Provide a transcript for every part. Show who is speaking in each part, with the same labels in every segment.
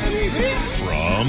Speaker 1: From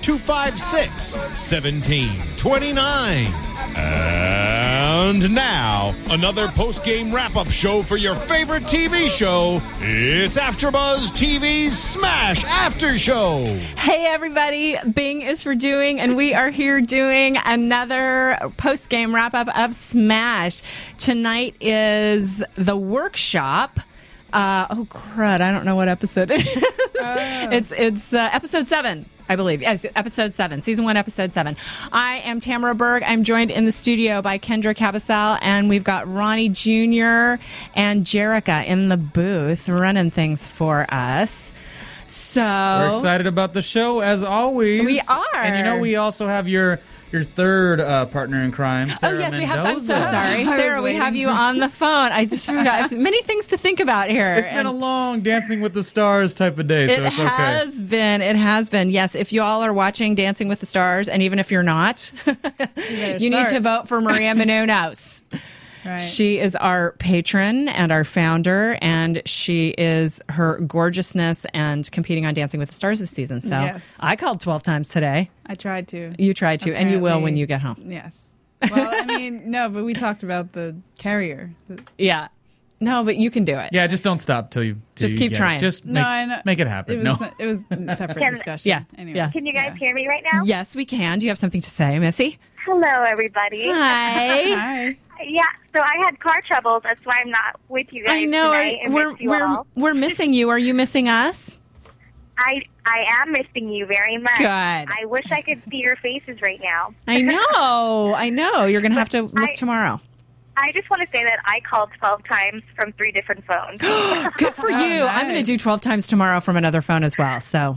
Speaker 1: 256 1729. And now, another post game wrap up show for your favorite TV show. It's AfterBuzz TV's Smash After Show.
Speaker 2: Hey everybody, Bing is for doing, and we are here doing another post game wrap up of Smash. Tonight is the workshop. Uh, oh crud! I don't know what episode it is.
Speaker 3: Oh.
Speaker 2: It's it's uh, episode seven, I believe. Yes, episode seven, season one, episode seven. I am Tamara Berg. I'm joined in the studio by Kendra Cabasal, and we've got Ronnie Jr. and Jerica in the booth running things for us. So
Speaker 3: We're excited about the show as always.
Speaker 2: Oh. We are.
Speaker 3: and you know we also have your your third uh, partner in crime.
Speaker 2: Oh
Speaker 3: Sarah
Speaker 2: yes, we have. I'm so
Speaker 3: Mendoza.
Speaker 2: sorry,
Speaker 4: was
Speaker 2: Sarah. We
Speaker 4: waiting
Speaker 2: have you
Speaker 4: for-
Speaker 2: on the phone. I just forgot. Many things to think about here.
Speaker 3: It's been
Speaker 2: And-
Speaker 3: a long Dancing with the Stars type of day, so
Speaker 2: it
Speaker 3: it's okay.
Speaker 2: has been. It has been. Yes. If you all are watching Dancing with the Stars, and even if you're not, you, need
Speaker 4: start.
Speaker 2: to vote for Maria Menounos. She is our patron and our founder, and she is her gorgeousness and competing on Dancing with the Stars this season. So
Speaker 4: Yes.
Speaker 2: I called 12 times today.
Speaker 4: I tried to.
Speaker 2: You try to, and you will when
Speaker 4: Apparently.
Speaker 2: you get home.
Speaker 4: Yes. Well, I mean, no, but we talked about the carrier. The-
Speaker 2: Yeah. No, but you can do it.
Speaker 3: Yeah, just don't stop till you till
Speaker 2: Just
Speaker 3: you
Speaker 2: keep
Speaker 3: get it.
Speaker 2: trying.
Speaker 3: Just
Speaker 4: No,
Speaker 3: make,
Speaker 4: I know.
Speaker 3: make it happen.
Speaker 4: It
Speaker 3: no,
Speaker 4: was it was a separate discussion.
Speaker 2: Yeah.
Speaker 4: Anyway.
Speaker 2: Yeah.
Speaker 5: Can you guys
Speaker 4: Yeah.
Speaker 5: hear me right now?
Speaker 2: Yes, we can. Do you have something to say, Missy?
Speaker 5: Hello, everybody.
Speaker 2: Hi.
Speaker 4: Hi.
Speaker 5: Yeah, so I had car trouble. That's why I'm not with you guys
Speaker 2: I know.
Speaker 5: tonight.
Speaker 2: I,
Speaker 5: and
Speaker 2: we're
Speaker 5: missed you
Speaker 2: we're
Speaker 5: all.
Speaker 2: we're missing you. Are you missing us?
Speaker 5: I I am missing you very much.
Speaker 2: Good.
Speaker 5: I wish I could see your faces right now.
Speaker 2: I know. I know. You're going to have to look
Speaker 5: I-
Speaker 2: tomorrow.
Speaker 5: I just want to say that I called 12 times from three different phones.
Speaker 2: Good for you. I'm going to
Speaker 4: Oh, nice.
Speaker 2: do 12 times tomorrow from another phone as well. So,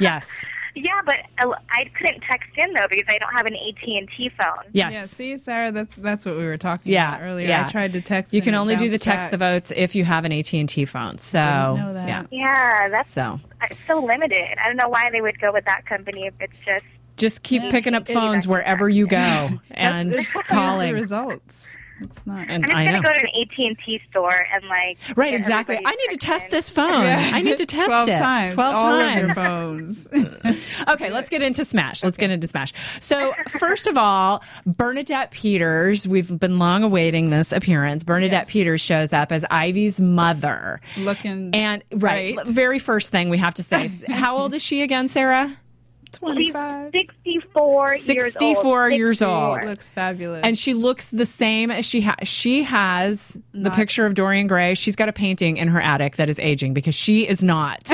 Speaker 2: yes.
Speaker 5: yeah, but I- I couldn't text in though because I don't have an AT&T phone.
Speaker 2: Yes.
Speaker 4: Yeah. See, Sarah, that's that's what we were talking
Speaker 2: Yeah,
Speaker 4: about earlier.
Speaker 2: yeah.
Speaker 4: I tried to text.
Speaker 2: you
Speaker 4: and
Speaker 2: can
Speaker 4: it
Speaker 2: only do the
Speaker 4: bounced
Speaker 2: text the
Speaker 4: back.
Speaker 2: votes if you have an AT&T phone. So,
Speaker 4: know that.
Speaker 2: yeah.
Speaker 5: Yeah, that's uh,
Speaker 2: So,
Speaker 5: it's so limited. I don't know why they would go with that company if it's just
Speaker 2: just keep picking up
Speaker 5: Maybe back
Speaker 2: phones
Speaker 5: to
Speaker 2: wherever you go and
Speaker 4: That's- it's the
Speaker 2: calling.
Speaker 4: results. It's not.
Speaker 2: And
Speaker 5: I'm just
Speaker 2: I
Speaker 5: gonna
Speaker 2: know.
Speaker 5: go to an AT&T store and like
Speaker 2: Right,
Speaker 5: get
Speaker 2: exactly. I
Speaker 5: everybody's
Speaker 2: need to
Speaker 5: text
Speaker 2: test
Speaker 5: in.
Speaker 2: this phone. I need to test
Speaker 4: Twelve
Speaker 2: it.
Speaker 4: times.
Speaker 2: 12
Speaker 4: all of your
Speaker 2: times.
Speaker 4: phones.
Speaker 2: Okay, let's get into Smash. Let's get into Smash. So, first of all, Bernadette Peters, we've been long awaiting this appearance. Bernadette
Speaker 4: Yes.
Speaker 2: Peters shows up as Ivy's mother.
Speaker 4: Looking
Speaker 2: And, right,
Speaker 4: great.
Speaker 2: very first thing we have to say how old is she again, Sarah?
Speaker 5: She's
Speaker 4: 25.
Speaker 5: 64 years old.
Speaker 2: 64 years old.
Speaker 4: Looks fabulous.
Speaker 2: And she looks the same as she has. She has the picture of Dorian Gray. She's got a painting in her attic that is aging because she is not.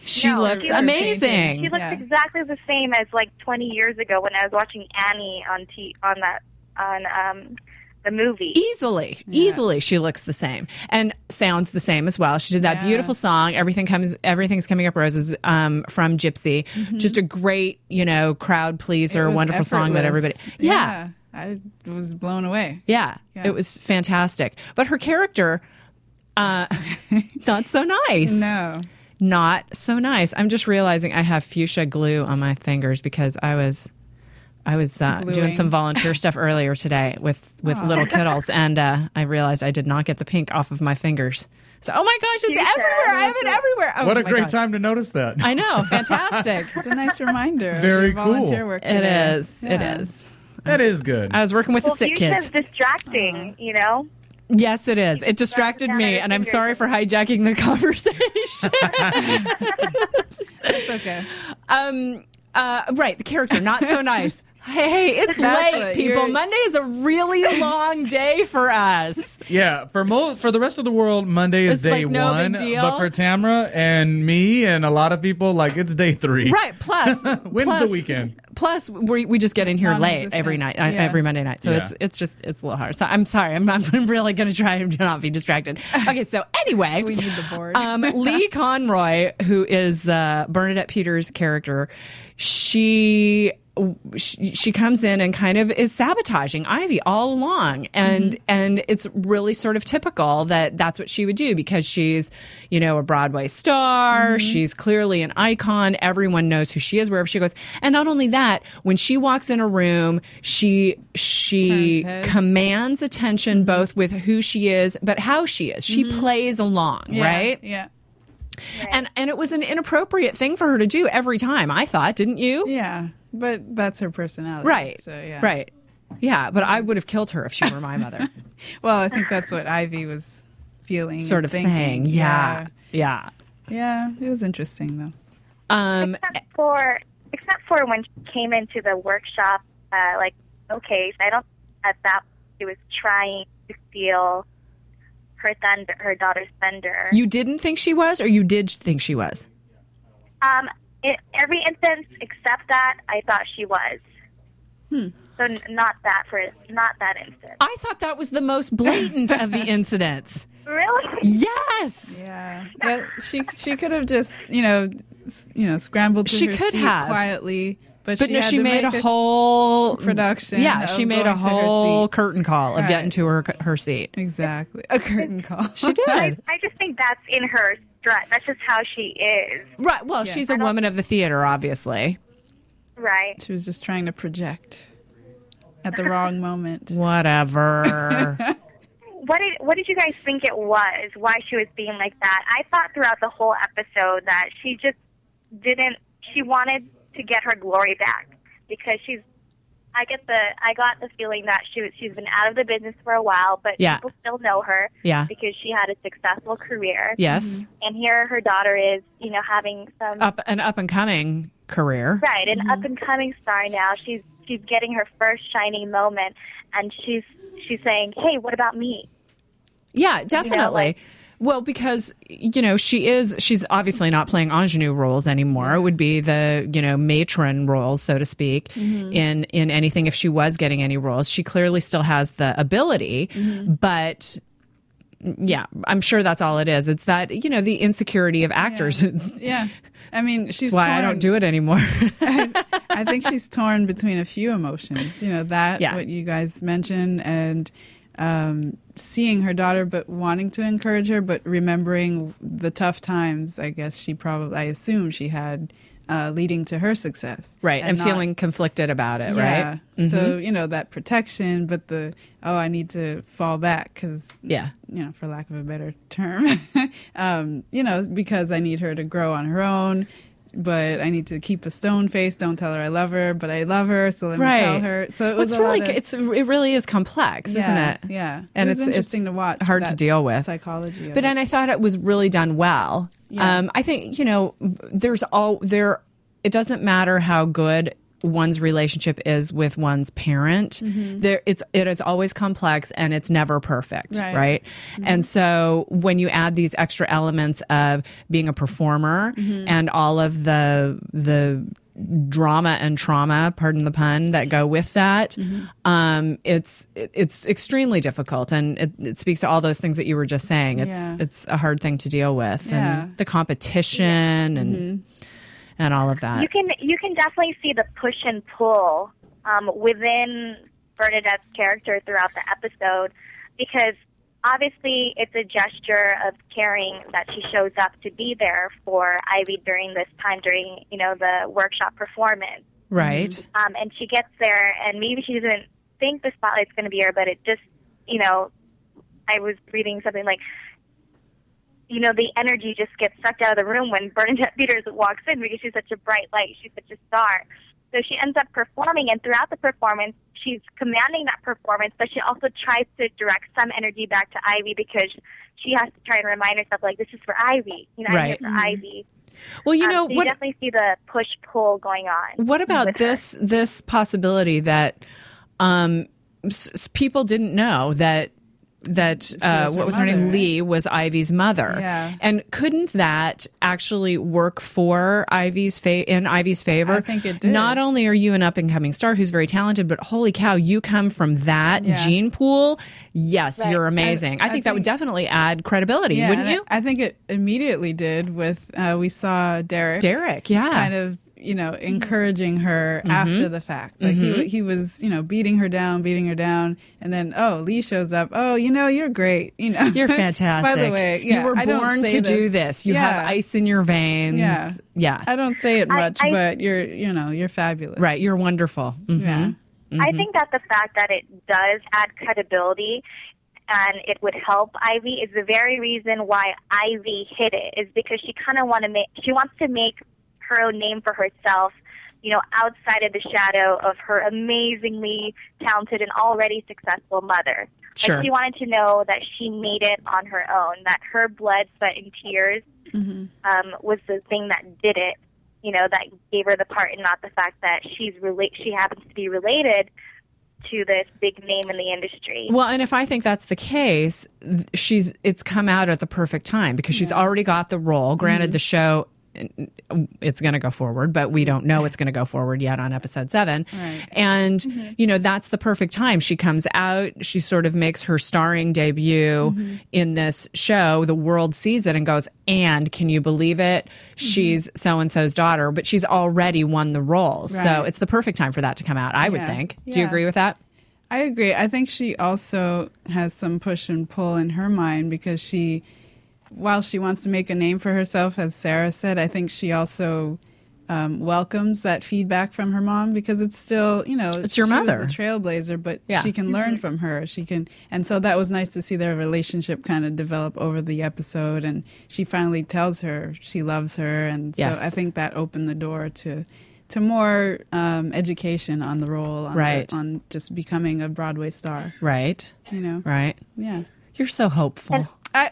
Speaker 2: she
Speaker 5: No,
Speaker 2: looks
Speaker 5: she looks-
Speaker 2: amazing.
Speaker 5: She looks
Speaker 4: Yeah.
Speaker 5: exactly the same as like 20 years ago when I was watching Annie on T on that on um the movie.
Speaker 2: easily easily she looks the same and sounds the same as well she did that beautiful song everything comes everything's coming up roses um, from gypsy just a great you know crowd pleaser
Speaker 4: Mm-hmm. It was
Speaker 2: wonderful song that everybody
Speaker 4: effortless.
Speaker 2: yeah
Speaker 4: yeah. I was blown away.
Speaker 2: yeah, it was fantastic but her character uh, not so nice
Speaker 4: No.
Speaker 2: not so nice i'm just realizing i have fuchsia glue on my fingers because i was I was uh, doing
Speaker 4: Gluing.
Speaker 2: some volunteer stuff earlier today with, with little kiddos, and uh, I realized I did not get the pink off of my fingers. So, oh my gosh, it's
Speaker 5: Fuchsia.
Speaker 2: everywhere! I have it everywhere. Oh,
Speaker 3: what a
Speaker 2: my
Speaker 3: great
Speaker 2: gosh.
Speaker 3: time to notice that.
Speaker 2: I know, fantastic.
Speaker 4: It's a nice reminder. of
Speaker 3: Very
Speaker 4: your volunteer
Speaker 3: cool.
Speaker 4: work.
Speaker 2: it
Speaker 4: today.
Speaker 2: is.
Speaker 4: Yeah.
Speaker 2: It is.
Speaker 3: that is good.
Speaker 2: I was working with
Speaker 5: well,
Speaker 2: the sick
Speaker 5: Fuchsia's
Speaker 2: kids.
Speaker 5: distracting, you know.
Speaker 2: Yes, it is. It distracted
Speaker 5: down
Speaker 2: me,
Speaker 5: her
Speaker 2: and I'm
Speaker 5: fingers.
Speaker 2: sorry for hijacking the conversation.
Speaker 4: It's okay.
Speaker 2: um, uh, right, the character not so nice. Hey, it's
Speaker 4: That's
Speaker 2: late,
Speaker 4: what
Speaker 2: people.
Speaker 4: you're-
Speaker 2: Monday is a really long day for us.
Speaker 3: Yeah, for most for the rest of the world, Monday is
Speaker 2: It's
Speaker 3: day
Speaker 2: like no
Speaker 3: one.
Speaker 2: big deal.
Speaker 3: But for Tamra and me and a lot of people, like it's day three.
Speaker 2: Right. Plus,
Speaker 3: When's
Speaker 2: plus-
Speaker 3: the weekend?
Speaker 2: Plus, we, we just get in here late
Speaker 4: Non-existent.
Speaker 2: every night, uh,
Speaker 4: Yeah.
Speaker 2: every Monday night. So
Speaker 3: Yeah.
Speaker 2: it's it's just it's a little hard. So I'm sorry. I'm, I'm really going to try and not be distracted. Okay. So anyway,
Speaker 4: We need the board.
Speaker 2: Um, Lee Conroy, who is uh, Bernadette Peters' character, she. She, she comes in and kind of is sabotaging Ivy all along, and
Speaker 4: Mm-hmm.
Speaker 2: and it's really sort of typical that that's what she would do because she's, you know, a Broadway star.
Speaker 4: Mm-hmm.
Speaker 2: She's clearly an icon. Everyone knows who she is wherever she goes. And not only that, when she walks in a room, she she
Speaker 4: Turns heads. Mm-hmm.
Speaker 2: commands attention both with who she is, but how she is. She plays along,
Speaker 4: Yeah,
Speaker 2: right?
Speaker 4: Yeah.
Speaker 2: And and it was an inappropriate thing for her to do every time. I thought, didn't you?
Speaker 4: Yeah. But that's her personality.
Speaker 2: Right.
Speaker 4: So yeah.
Speaker 2: Right. Yeah, but I would have killed her if she were my mother.
Speaker 4: Well, I think that's what Ivy was feeling. and
Speaker 2: sort of
Speaker 4: thinking.
Speaker 2: saying, yeah, yeah.
Speaker 4: Yeah. Yeah, It was interesting though.
Speaker 2: Um,
Speaker 5: except for except for when she came into the workshop, uh, like okay, I don't at that she was trying to steal her thunder, her daughter's thunder.
Speaker 2: you didn't think she was, or you did think she was.
Speaker 5: um, in every instance except that, I thought she was. So n- not that for not that instance.
Speaker 2: I thought that was the most blatant of the incidents.
Speaker 5: Really?
Speaker 2: Yes.
Speaker 4: Yeah. But she she could have just you know s- you know scrambled to
Speaker 2: She
Speaker 4: her
Speaker 2: could
Speaker 4: seat
Speaker 2: have.
Speaker 4: quietly, but,
Speaker 2: But
Speaker 4: she
Speaker 2: no,
Speaker 4: had
Speaker 2: she
Speaker 4: to
Speaker 2: made
Speaker 4: make
Speaker 2: a whole
Speaker 4: production
Speaker 2: Yeah,
Speaker 4: of
Speaker 2: she made a
Speaker 4: going to her
Speaker 2: whole
Speaker 4: seat.
Speaker 2: curtain call of
Speaker 4: Right.
Speaker 2: getting to her her seat.
Speaker 4: exactly a curtain call.
Speaker 2: She did.
Speaker 5: I just think that's in her strut. That's just how she is,
Speaker 2: right. Well, she's a woman of the theater, obviously.
Speaker 5: right?
Speaker 4: She was just trying to project at the wrong moment.
Speaker 2: Whatever.
Speaker 5: what did what did you guys think it was? Why she was being like that? I thought throughout the whole episode that she just didn't. She wanted to get her glory back because she's. I get the I got the feeling that she was she's been out of the business for a while, but
Speaker 2: Yeah.
Speaker 5: people still know her
Speaker 2: Yeah.
Speaker 5: because she had a successful career. Mm-hmm.
Speaker 2: yes.
Speaker 5: And here her daughter is, you know, having some
Speaker 2: Up Mm-hmm. an up and coming career.
Speaker 5: Right, an up and coming star now. She's she's getting her first shining moment and she's she's saying, "Hey, what about me?"
Speaker 2: Yeah, definitely.
Speaker 5: like-
Speaker 2: well, because you know she is she's obviously not playing ingenue roles anymore. It would be the you know matron roles, so to speak, in in anything. If she was getting any roles, she clearly still has the ability, but. Yeah, I'm sure that's all it is. It's that you know the insecurity of actors. It's
Speaker 4: Yeah. I mean, she's
Speaker 2: why
Speaker 4: torn.
Speaker 2: I don't do it anymore.
Speaker 4: I think she's torn between a few emotions. You know that
Speaker 2: Yeah.
Speaker 4: what you guys mentioned and um, seeing her daughter, but wanting to encourage her, but remembering the tough times. I guess she probably, I assume she had uh, leading to her success,
Speaker 2: right, and,
Speaker 4: not-
Speaker 2: feeling conflicted about it.
Speaker 4: yeah.
Speaker 2: Right. Mm-hmm.
Speaker 4: So you know that protection, but the oh, I need to fall back because
Speaker 2: Yeah.
Speaker 4: you know, for lack of a better term, um, you know, because I need her to grow on her own. But I need to keep a stone face. Don't tell her I love her, but I love her, so let me tell her. So it
Speaker 2: Well,
Speaker 4: was
Speaker 2: it's
Speaker 4: a
Speaker 2: really
Speaker 4: lot of-
Speaker 2: it's it really is complex,
Speaker 4: yeah,
Speaker 2: isn't it?
Speaker 4: Yeah,
Speaker 2: and
Speaker 4: it was
Speaker 2: it's
Speaker 4: interesting
Speaker 2: it's
Speaker 4: to watch.
Speaker 2: hard to
Speaker 4: that
Speaker 2: deal with
Speaker 4: psychology. Of
Speaker 2: But
Speaker 4: it.
Speaker 2: and I thought it was really done well.
Speaker 4: Yeah.
Speaker 2: Um, I think you know, there's all there. It doesn't matter how good one's relationship is with one's parent.
Speaker 4: Mm-hmm.
Speaker 2: There, it's it is always complex and it's never perfect, right?
Speaker 4: Right. Mm-hmm.
Speaker 2: And so when you add these extra elements of being a performer
Speaker 4: Mm-hmm.
Speaker 2: and all of the the drama and trauma, pardon the pun, that go with that,
Speaker 4: Mm-hmm.
Speaker 2: um, it's it- it's extremely difficult, and it, it speaks to all those things that you were just saying. It's
Speaker 4: Yeah.
Speaker 2: it's a hard thing to deal with,
Speaker 4: Yeah. Mm-hmm.
Speaker 2: and the competition and and all of that.
Speaker 5: You can you can definitely see the push and pull um, within Bernadette's character throughout the episode because obviously it's a gesture of caring that she shows up to be there for Ivy during this time during you know the workshop performance.
Speaker 2: right?
Speaker 4: Mm-hmm.
Speaker 5: Um, and she gets there, and maybe she doesn't think the spotlight's going to be her, but it just, you know, I was reading something like, you know, the energy just gets sucked out of the room when Bernadette Peters walks in because she's such a bright light. She's such a star. So she ends up performing, and throughout the performance, she's commanding that performance, but she also tries to direct some energy back to Ivy because she has to try and remind herself, like, this is for Ivy. You know, I'm here
Speaker 2: Right.
Speaker 5: for Ivy.
Speaker 2: Well, you
Speaker 5: Um,
Speaker 2: know
Speaker 5: so you
Speaker 2: what?
Speaker 5: definitely see the push pull going on.
Speaker 2: What about
Speaker 5: with her.
Speaker 2: this this possibility that um, s- s- people didn't know that that uh,
Speaker 4: was her
Speaker 2: what was her
Speaker 4: mother,
Speaker 2: name
Speaker 4: right?
Speaker 2: Lee was Ivy's mother?
Speaker 4: Yeah.
Speaker 2: and couldn't that actually work for Ivy's fa- in Ivy's favor?
Speaker 4: I think it did.
Speaker 2: Not only are you an up and coming star who's very talented, but holy cow, you come from that
Speaker 4: Yeah.
Speaker 2: gene pool. Yes, you're amazing. I,
Speaker 4: I
Speaker 2: think that would
Speaker 4: think-
Speaker 2: definitely add credibility,
Speaker 4: Yeah,
Speaker 2: wouldn't
Speaker 4: and I-
Speaker 2: you?
Speaker 4: I, think it immediately did. With uh, we saw Derek,
Speaker 2: Derek, yeah.
Speaker 4: kind of you know encouraging her
Speaker 2: Mm-hmm.
Speaker 4: after the fact. Like he wa- he was you know beating her down, beating her down, and then oh Lee shows up. Oh, you know you're great. You know
Speaker 2: You're fantastic.
Speaker 4: By the way, yeah,
Speaker 2: you were
Speaker 4: I don't
Speaker 2: born
Speaker 4: say
Speaker 2: to do this. You have
Speaker 4: Yeah.
Speaker 2: ice in your veins.
Speaker 4: Yeah.
Speaker 2: Yeah.
Speaker 4: I don't say it
Speaker 5: I-
Speaker 4: much,
Speaker 5: I-
Speaker 4: but you're you know you're fabulous.
Speaker 2: Right. You're wonderful. Mhm.
Speaker 4: Yeah.
Speaker 5: I think that the fact that it does add credibility and it would help Ivy is the very reason why Ivy hid it is because she kind of want to make she wants to make her own name for herself, you know, outside of the shadow of her amazingly talented and already successful mother.
Speaker 2: Sure.
Speaker 5: Like she wanted to know that she made it on her own, that her blood, sweat, and tears um, was the thing that did it. You know, that gave her the part, and not the fact that she's relate. She happens to be related to this big name in the industry.
Speaker 2: Well, and if I think that's the case, th- she's it's come out at the perfect time because she's already got the role. Granted,
Speaker 4: Mm-hmm.
Speaker 2: the show n- n- it's going to go forward, but we don't know it's going to go forward yet on episode seven. And
Speaker 4: Mm-hmm.
Speaker 2: you know that's the perfect time. She comes out, she sort of makes her starring debut
Speaker 4: Mm-hmm.
Speaker 2: in this show. The world sees it and goes, "And can you believe it?
Speaker 4: Mm-hmm.
Speaker 2: She's so and so's daughter, but she's already won the role. So
Speaker 4: Right.
Speaker 2: it's the perfect time for that to come out. I would
Speaker 4: Yeah.
Speaker 2: think. Do you
Speaker 4: Yeah.
Speaker 2: agree with that?
Speaker 4: I agree. I think she also has some push and pull in her mind because she, while she wants to make a name for herself, as Sarah said, I think she also um, welcomes that feedback from her mom because it's still, you know,
Speaker 2: It's your
Speaker 4: she was
Speaker 2: mother.
Speaker 4: the trailblazer, but
Speaker 2: Yeah.
Speaker 4: she can learn from her. She can, and so that was nice to see their relationship kind of develop over the episode. And she finally tells her she loves her, and
Speaker 2: Yes.
Speaker 4: so I think that opened the door to. To more um, education on the role, on the-
Speaker 2: Right.
Speaker 4: uh, on just becoming a Broadway star,
Speaker 2: Right.
Speaker 4: you know?
Speaker 2: Right.
Speaker 4: Yeah.
Speaker 2: You're so hopeful.
Speaker 4: I,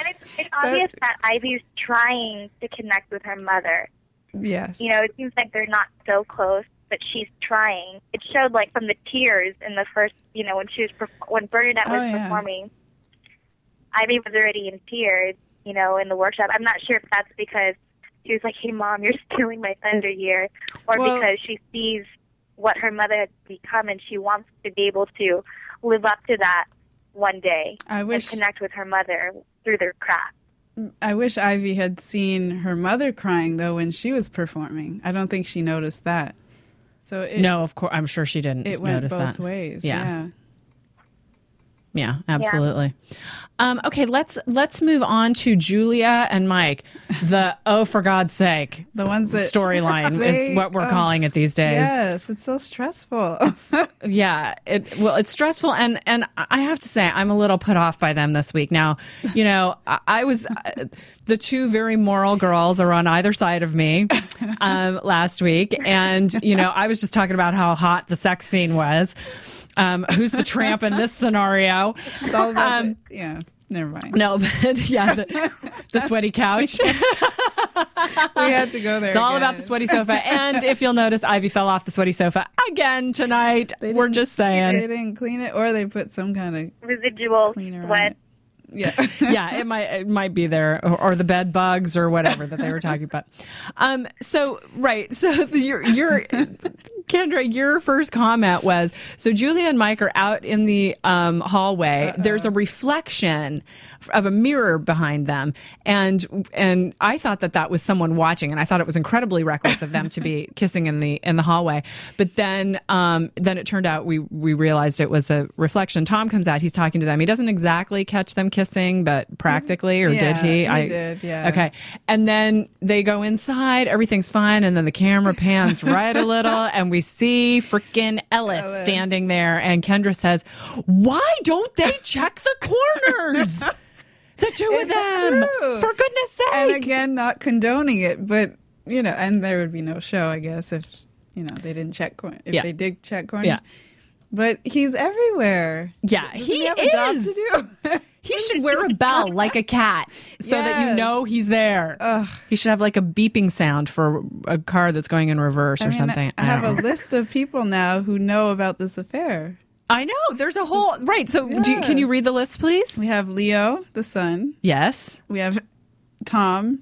Speaker 5: and it's, it's obvious that Ivy's trying to connect with her mother.
Speaker 4: yes.
Speaker 5: You know, it seems like they're not so close, but she's trying. It showed like from the tears in the first, you know, when she was perf- when Bernadette
Speaker 4: Oh,
Speaker 5: was
Speaker 4: yeah.
Speaker 5: performing. Ivy was already in tears, you know, in the workshop. I'm not sure if that's because she was like, "Hey, mom, you're stealing my thunder here," or
Speaker 4: Well-
Speaker 5: because she sees what her mother has become and she wants to be able to live up to that one day
Speaker 4: I wish-
Speaker 5: and connect with her mother through their craft.
Speaker 4: I wish Ivy had seen her mother crying, though, when she was performing. I don't think she noticed that. So it,
Speaker 2: no, of course. I'm sure she didn't
Speaker 4: it went
Speaker 2: notice
Speaker 4: both
Speaker 2: that.
Speaker 4: ways.
Speaker 2: Yeah.
Speaker 4: Yeah.
Speaker 2: Yeah, absolutely. Um, okay, let's let's move on to Julia and Mike. The oh, for God's sake,
Speaker 4: The ones that.
Speaker 2: storyline
Speaker 4: They-
Speaker 2: is what we're
Speaker 4: oh,
Speaker 2: calling it these days.
Speaker 4: Yes, it's so stressful.
Speaker 2: Yeah, it well, it's stressful, and and I have to say, I'm a little put off by them this week. Now, you know, I, I was uh, the two very moral girls are on either side of me um, last week, and you know, I was just talking about how hot the sex scene was. Um, who's the tramp in this scenario?
Speaker 4: it's all about.
Speaker 2: Um,
Speaker 4: the, yeah, never mind.
Speaker 2: No, but yeah, the, the sweaty couch.
Speaker 4: we had to go there.
Speaker 2: It's all
Speaker 4: again.
Speaker 2: about the sweaty sofa. And if you'll notice, Ivy fell off the sweaty sofa again tonight.
Speaker 4: They
Speaker 2: We're
Speaker 4: didn't-
Speaker 2: just
Speaker 4: They
Speaker 2: saying.
Speaker 4: didn't clean it, or they put some kind
Speaker 5: Residual
Speaker 4: Cleaner on
Speaker 5: sweat
Speaker 4: it. of. Yeah.
Speaker 2: Yeah, it might it might be there or, or the bed bugs or whatever that they were talking about. Um, so right, so the, your your Kendra, your first comment was so Julia and Mike are out in the um, hallway. There's a reflection f- of a mirror behind them, and and I thought that that was someone watching, and I thought it was incredibly reckless of them to be kissing in the in the hallway. But then um, then it turned out we we realized it was a reflection. Tom comes out, he's talking to them. He doesn't exactly catch them kissing, but practically, or did
Speaker 4: Mm-hmm. Yeah,
Speaker 2: he?
Speaker 4: he did, yeah.
Speaker 2: Okay. And then they go inside, everything's fine, and then the camera pans right a little, and we see freaking Ellis,
Speaker 4: Ellis.
Speaker 2: standing there. And Kendra says, Why don't they check the corners? The two of
Speaker 4: It's
Speaker 2: them,
Speaker 4: true.
Speaker 2: for goodness sake!
Speaker 4: and again, not condoning it, but you know, and there would be no show, I guess, if you know they didn't check corn. If
Speaker 2: Yeah.
Speaker 4: they did check corn,
Speaker 2: Yeah.
Speaker 4: But he's everywhere.
Speaker 2: Yeah,
Speaker 4: Doesn't
Speaker 2: he
Speaker 4: have a job
Speaker 2: is.
Speaker 4: to do?
Speaker 2: He should wear a bell like a cat so that you
Speaker 4: Yes.
Speaker 2: know he's there. He should have like a beeping sound for a car that's going in reverse or
Speaker 4: I mean,
Speaker 2: something.
Speaker 4: I
Speaker 2: I
Speaker 4: have
Speaker 2: don't
Speaker 4: a
Speaker 2: know.
Speaker 4: list of people now who know about this affair.
Speaker 2: I know. There's a whole right. So, do you,
Speaker 4: Yeah.
Speaker 2: can you read the list, please?
Speaker 4: We have Leo, the son.
Speaker 2: Yes.
Speaker 4: We have Tom,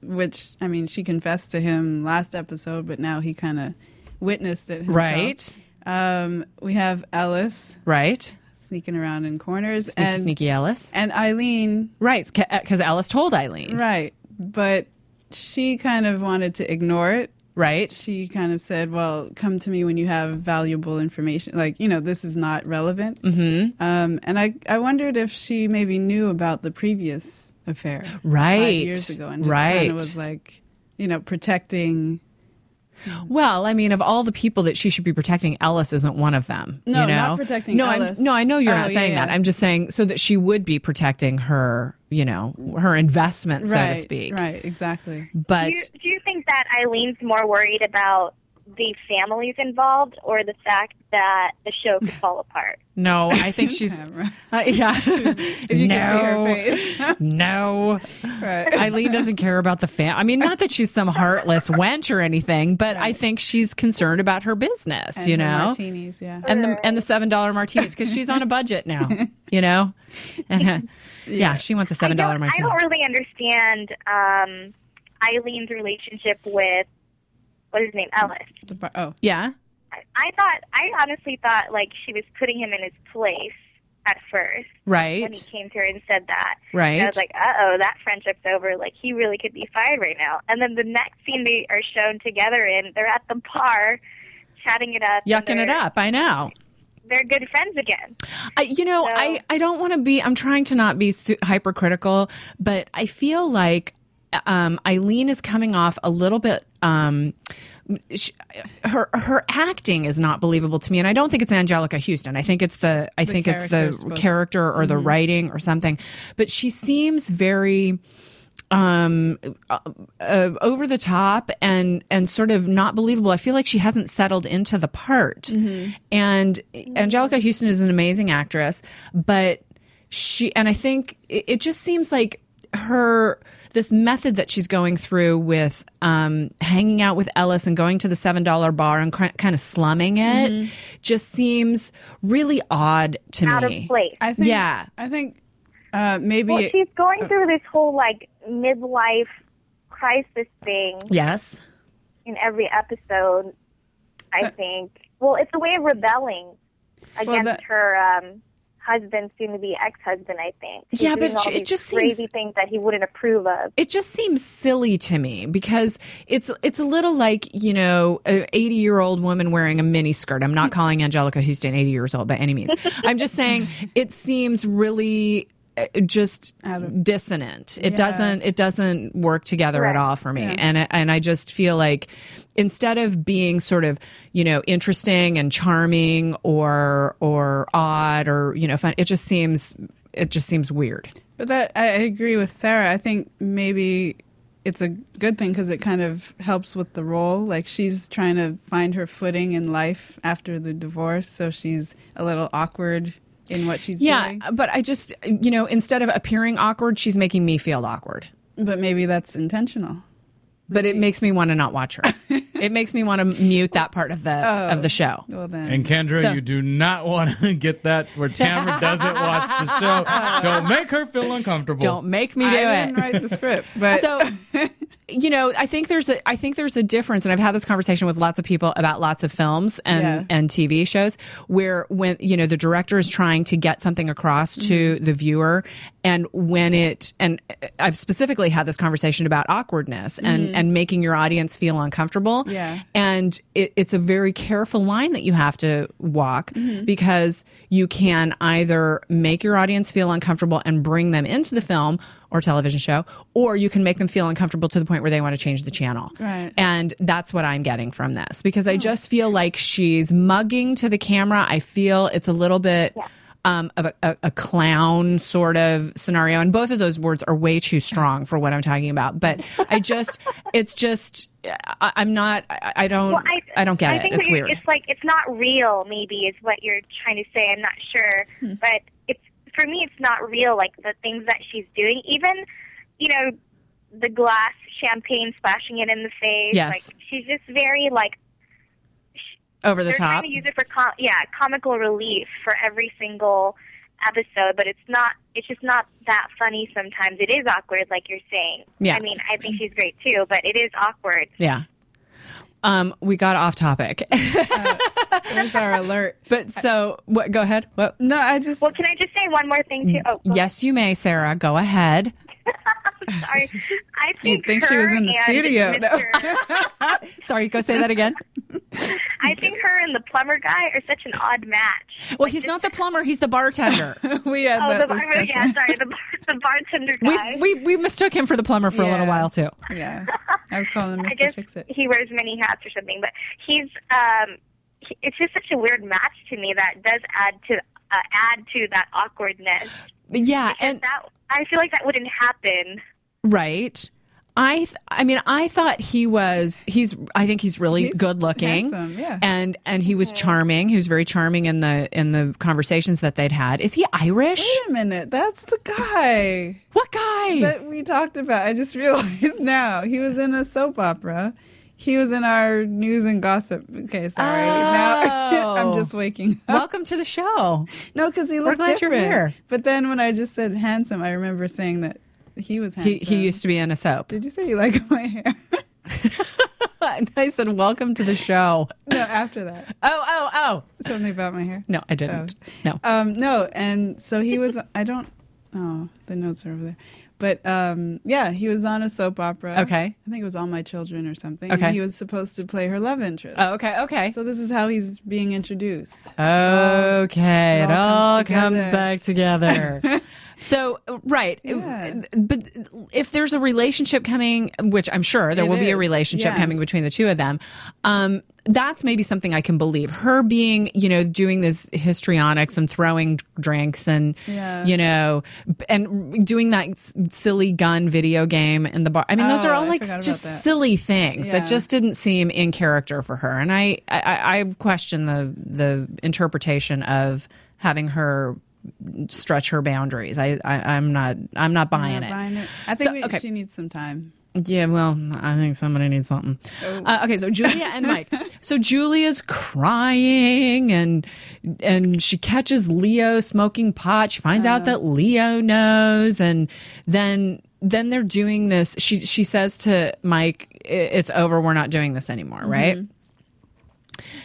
Speaker 4: which I mean, she confessed to him last episode, but now he kind of witnessed it. Himself.
Speaker 2: Right.
Speaker 4: Um, we have Ellis
Speaker 2: Right.
Speaker 4: sneaking around in corners
Speaker 2: Sneaky,
Speaker 4: and
Speaker 2: sneaky Alice.
Speaker 4: and Eileen,
Speaker 2: Right, because Alice told Eileen.
Speaker 4: right? But she kind of wanted to ignore it.
Speaker 2: Right.
Speaker 4: She kind of said, "Well, come to me when you have valuable information. Like you know, this is not relevant." Mm-hmm. Um, and I I wondered if she maybe knew about the previous affair.
Speaker 2: Right.
Speaker 4: five years ago and just kind
Speaker 2: Right.
Speaker 4: of was like, you know, protecting.
Speaker 2: Well, I mean, of all the people that she should be protecting, Ellis isn't one of them.
Speaker 4: No,
Speaker 2: you know?
Speaker 4: not protecting
Speaker 2: no,
Speaker 4: Ellis.
Speaker 2: I'm, no, I know you're
Speaker 4: Oh,
Speaker 2: not
Speaker 4: yeah,
Speaker 2: saying that.
Speaker 4: yeah.
Speaker 2: I'm just saying so that she would be protecting her, you know, her investment, so
Speaker 4: right,
Speaker 2: to speak.
Speaker 4: Right, exactly.
Speaker 2: But
Speaker 5: Do you, do you think that Eileen's more worried about the families involved or the fact that the show could fall apart?
Speaker 2: no, I think she's.
Speaker 4: Tamara.
Speaker 2: Uh, yeah.
Speaker 4: If you
Speaker 2: no.
Speaker 4: can see her face.
Speaker 2: no.
Speaker 4: right.
Speaker 2: Eileen doesn't care about the fam. I mean, not that she's some heartless wench or anything, but I think she's concerned about her business,
Speaker 4: And
Speaker 2: you
Speaker 4: the
Speaker 2: know?
Speaker 4: martinis, yeah.
Speaker 2: and the and the seven dollar martinis because she's on a budget now, you know, and uh, yeah, she wants a seven dollar
Speaker 5: I don't, I
Speaker 2: martini.
Speaker 5: don't really understand um, Eileen's relationship with what's his name, Ellis.
Speaker 4: The bar- oh,
Speaker 2: Yeah,
Speaker 5: I, I thought, I honestly thought like she was putting him in his place at first when he
Speaker 2: right,
Speaker 5: came to her and said that. And I
Speaker 2: right,
Speaker 5: was like, uh oh, that friendship's over. Like he really could be fired right now. And then the next scene they are shown together in, they're at the bar, chatting it up, and
Speaker 2: yucking it
Speaker 5: they're-
Speaker 2: up. I know.
Speaker 5: They're good friends again.
Speaker 2: I, you know, I, I don't want to be, I'm trying to not be su- hypercritical, but I feel like um, Eileen is coming off a little bit. Um, sh her her acting is not believable to me, and I don't think it's Angelica Houston. I think it's the I think it's
Speaker 4: character
Speaker 2: the
Speaker 4: is supposed-
Speaker 2: character or the writing or something. But she seems very um uh, uh, over the top and and sort of not believable i feel like she hasn't settled into the part and angelica houston is an amazing actress but she and i think it, it just seems like her this method that she's going through with um, hanging out with Ellis and going to the seven dollar bar and ki- kind of slumming it just seems really odd to
Speaker 5: Out of
Speaker 2: me.
Speaker 5: place.
Speaker 4: I uh, think.
Speaker 2: Yeah.
Speaker 4: I think uh, maybe.
Speaker 5: Well, she's going through this whole like midlife crisis thing
Speaker 2: Yes,
Speaker 5: in every episode.
Speaker 4: Uh,
Speaker 5: I think. Well, it's a way of rebelling against
Speaker 4: that-
Speaker 5: her um, husband, soon to be ex-husband. I think. She's
Speaker 2: Yeah, but
Speaker 5: doing all
Speaker 2: she- it
Speaker 5: these
Speaker 2: just
Speaker 5: crazy
Speaker 2: seems-
Speaker 5: things that he wouldn't approve of.
Speaker 2: it just seems silly to me because it's it's a little like you know an 80 year old woman wearing a mini skirt i'm not calling angelica houston 80 years old by any means i'm just saying it seems really uh, just dissonant it doesn't it doesn't work together at all for me and I- and i just feel like instead of being sort of you know interesting and charming or or odd or you know fun it just seems it just seems weird
Speaker 4: But that I I agree with Sarah. I think maybe it's a good thing because it kind of helps with the role. Like she's trying to find her footing in life after the divorce, so she's a little awkward in what she's
Speaker 2: Yeah,
Speaker 4: doing.
Speaker 2: but I just, you know, instead of appearing awkward, she's making me feel awkward.
Speaker 4: But maybe that's intentional.
Speaker 2: But it makes me want to not watch her. it makes me want to mute that part of the of the show.
Speaker 4: Oh. Well then,
Speaker 3: And Kendra,
Speaker 2: So-
Speaker 3: you do not want to get that where Tamara doesn't watch the show. Don't make her feel uncomfortable.
Speaker 2: Don't make me do
Speaker 4: I
Speaker 2: it.
Speaker 4: didn't write the script, but
Speaker 2: so you know i think there's a i think there's a difference and i've had this conversation with lots of people about lots of films and
Speaker 4: Yeah.
Speaker 2: and tv shows where when you know the director is trying to get something across to
Speaker 4: Mm-hmm.
Speaker 2: the viewer and when it and uh, i've specifically had this conversation about awkwardness and
Speaker 4: Mm-hmm.
Speaker 2: and making your audience feel uncomfortable
Speaker 4: Yeah.
Speaker 2: and it, it's a very careful line that you have to walk
Speaker 4: Mm-hmm.
Speaker 2: because you can either make your audience feel uncomfortable and bring them into the film or television show, or you can make them feel uncomfortable to the point where they want to change the channel.
Speaker 4: Right.
Speaker 2: And that's what I'm getting from this because
Speaker 5: Oh.
Speaker 2: I just feel like she's mugging to the camera. I feel it's a little bit. Um, of a, a, a clown sort of scenario, and both of those words are way too strong for what I'm talking about. But I just, it's just, I, I'm not, I, I don't,
Speaker 5: Well,
Speaker 2: I, don't get
Speaker 5: I
Speaker 2: it.
Speaker 5: think
Speaker 2: It's
Speaker 5: what you're-
Speaker 2: weird. Hmm.
Speaker 5: It's like it's not real. Maybe is what you're trying to say. I'm not sure, but it's for me, it's not real. Like the things that she's doing, even you know, the glass champagne splashing it in the face.
Speaker 2: Yes.
Speaker 5: Like she's just very like
Speaker 2: Over the
Speaker 5: they're
Speaker 2: top.
Speaker 5: trying to use it for com- yeah comical relief for every single episode, but it's not. It's just not that funny. Sometimes it is awkward, like you're saying.
Speaker 2: Yeah.
Speaker 5: I mean, I think she's great too, but it is awkward.
Speaker 2: Yeah. Um, we got off topic,
Speaker 4: There's our alert.
Speaker 2: but so what? Go ahead. What?
Speaker 4: No, I just
Speaker 5: Well, can I just say one more thing too? Oh, go
Speaker 2: Mm, Yes, you may, Sarah. Go ahead.
Speaker 5: Sorry, I
Speaker 4: You'd
Speaker 5: think
Speaker 4: think she was
Speaker 5: her
Speaker 4: in the
Speaker 5: and
Speaker 4: studio. No.
Speaker 5: Mr.
Speaker 2: Sorry, go say that again.
Speaker 5: I think her and the plumber guy are such an odd match.
Speaker 2: Well, he's not the plumber; he's the bartender.
Speaker 4: we had
Speaker 5: Oh,
Speaker 4: that
Speaker 5: the bar-
Speaker 4: discussion.
Speaker 5: yeah, sorry, the, bar- the bartender guy.
Speaker 2: we, we we mistook him for the plumber for a little
Speaker 4: Yeah.
Speaker 2: while too.
Speaker 4: Yeah. I was calling him
Speaker 5: I
Speaker 4: Mr.
Speaker 5: guess
Speaker 4: Fix It.
Speaker 5: he wears many hats or something, but he's um, he, it's just such a weird match to me that does add to uh, add to that awkwardness.
Speaker 2: Yeah, and
Speaker 5: That I feel like that wouldn't happen.
Speaker 2: right. I th- I mean, I thought he was. He's. I think he's really
Speaker 4: He's
Speaker 2: good looking.
Speaker 4: handsome, yeah.
Speaker 2: And and he was charming. He was very charming in the in the conversations that they'd had. Is he Irish?
Speaker 4: Wait a minute, that's the guy
Speaker 2: What guy?
Speaker 4: that we talked about. I just realized now he was in a soap opera. He was in our news and gossip. Okay, sorry. Now
Speaker 2: Oh.
Speaker 4: I'm just waking up.
Speaker 2: Welcome to the show.
Speaker 4: No, because he looked
Speaker 2: glad you're
Speaker 4: different.
Speaker 2: here.
Speaker 4: But then when I just said handsome, I remember saying that he was handsome.
Speaker 2: He, he used to be in a soap.
Speaker 4: Did you say you like my hair?
Speaker 2: And I said, "Welcome to the show."
Speaker 4: no, after that,
Speaker 2: Oh, oh, oh!
Speaker 4: something about my hair.
Speaker 2: No, I didn't. No.
Speaker 4: Um, no, and so he was. I don't. Oh, the notes are over there. But um, yeah, he was on a soap opera.
Speaker 2: Okay.
Speaker 4: I think it was All My Children or something.
Speaker 2: Okay.
Speaker 4: He was supposed to play her love interest.
Speaker 2: Oh, okay, okay,
Speaker 4: So this is how he's being introduced.
Speaker 2: okay. It
Speaker 4: it all
Speaker 2: all comes,
Speaker 4: comes
Speaker 2: back together. so, right,
Speaker 4: Yeah.
Speaker 2: but if there's a relationship coming, which I'm sure there
Speaker 4: It
Speaker 2: will be a
Speaker 4: is,
Speaker 2: relationship
Speaker 4: yeah.
Speaker 2: coming between the two of them, um, that's maybe something I can believe. Her being, you know, doing this histrionics and throwing drinks and,
Speaker 4: Yeah.
Speaker 2: you know, b- and doing that s- silly gun video game in the bar. I mean, those
Speaker 4: Oh,
Speaker 2: are all
Speaker 4: I
Speaker 2: like
Speaker 4: forgot about
Speaker 2: just
Speaker 4: that.
Speaker 2: silly things
Speaker 4: Yeah.
Speaker 2: that just didn't seem in character for her, and I, I- I I question the the interpretation of having her stretch her boundaries. I, I I'm not I'm not buying
Speaker 4: Not
Speaker 2: it.
Speaker 4: buying it. I think
Speaker 2: So,
Speaker 4: we,
Speaker 2: okay.
Speaker 4: she needs some time.
Speaker 2: Yeah, well, I think somebody needs something. Uh, okay, so Julia and Mike. so Julia's crying, and and she catches Leo smoking pot. She finds out that Leo knows, and then then they're doing this. She she says to Mike, "I- "It's over. We're not doing this anymore." Right.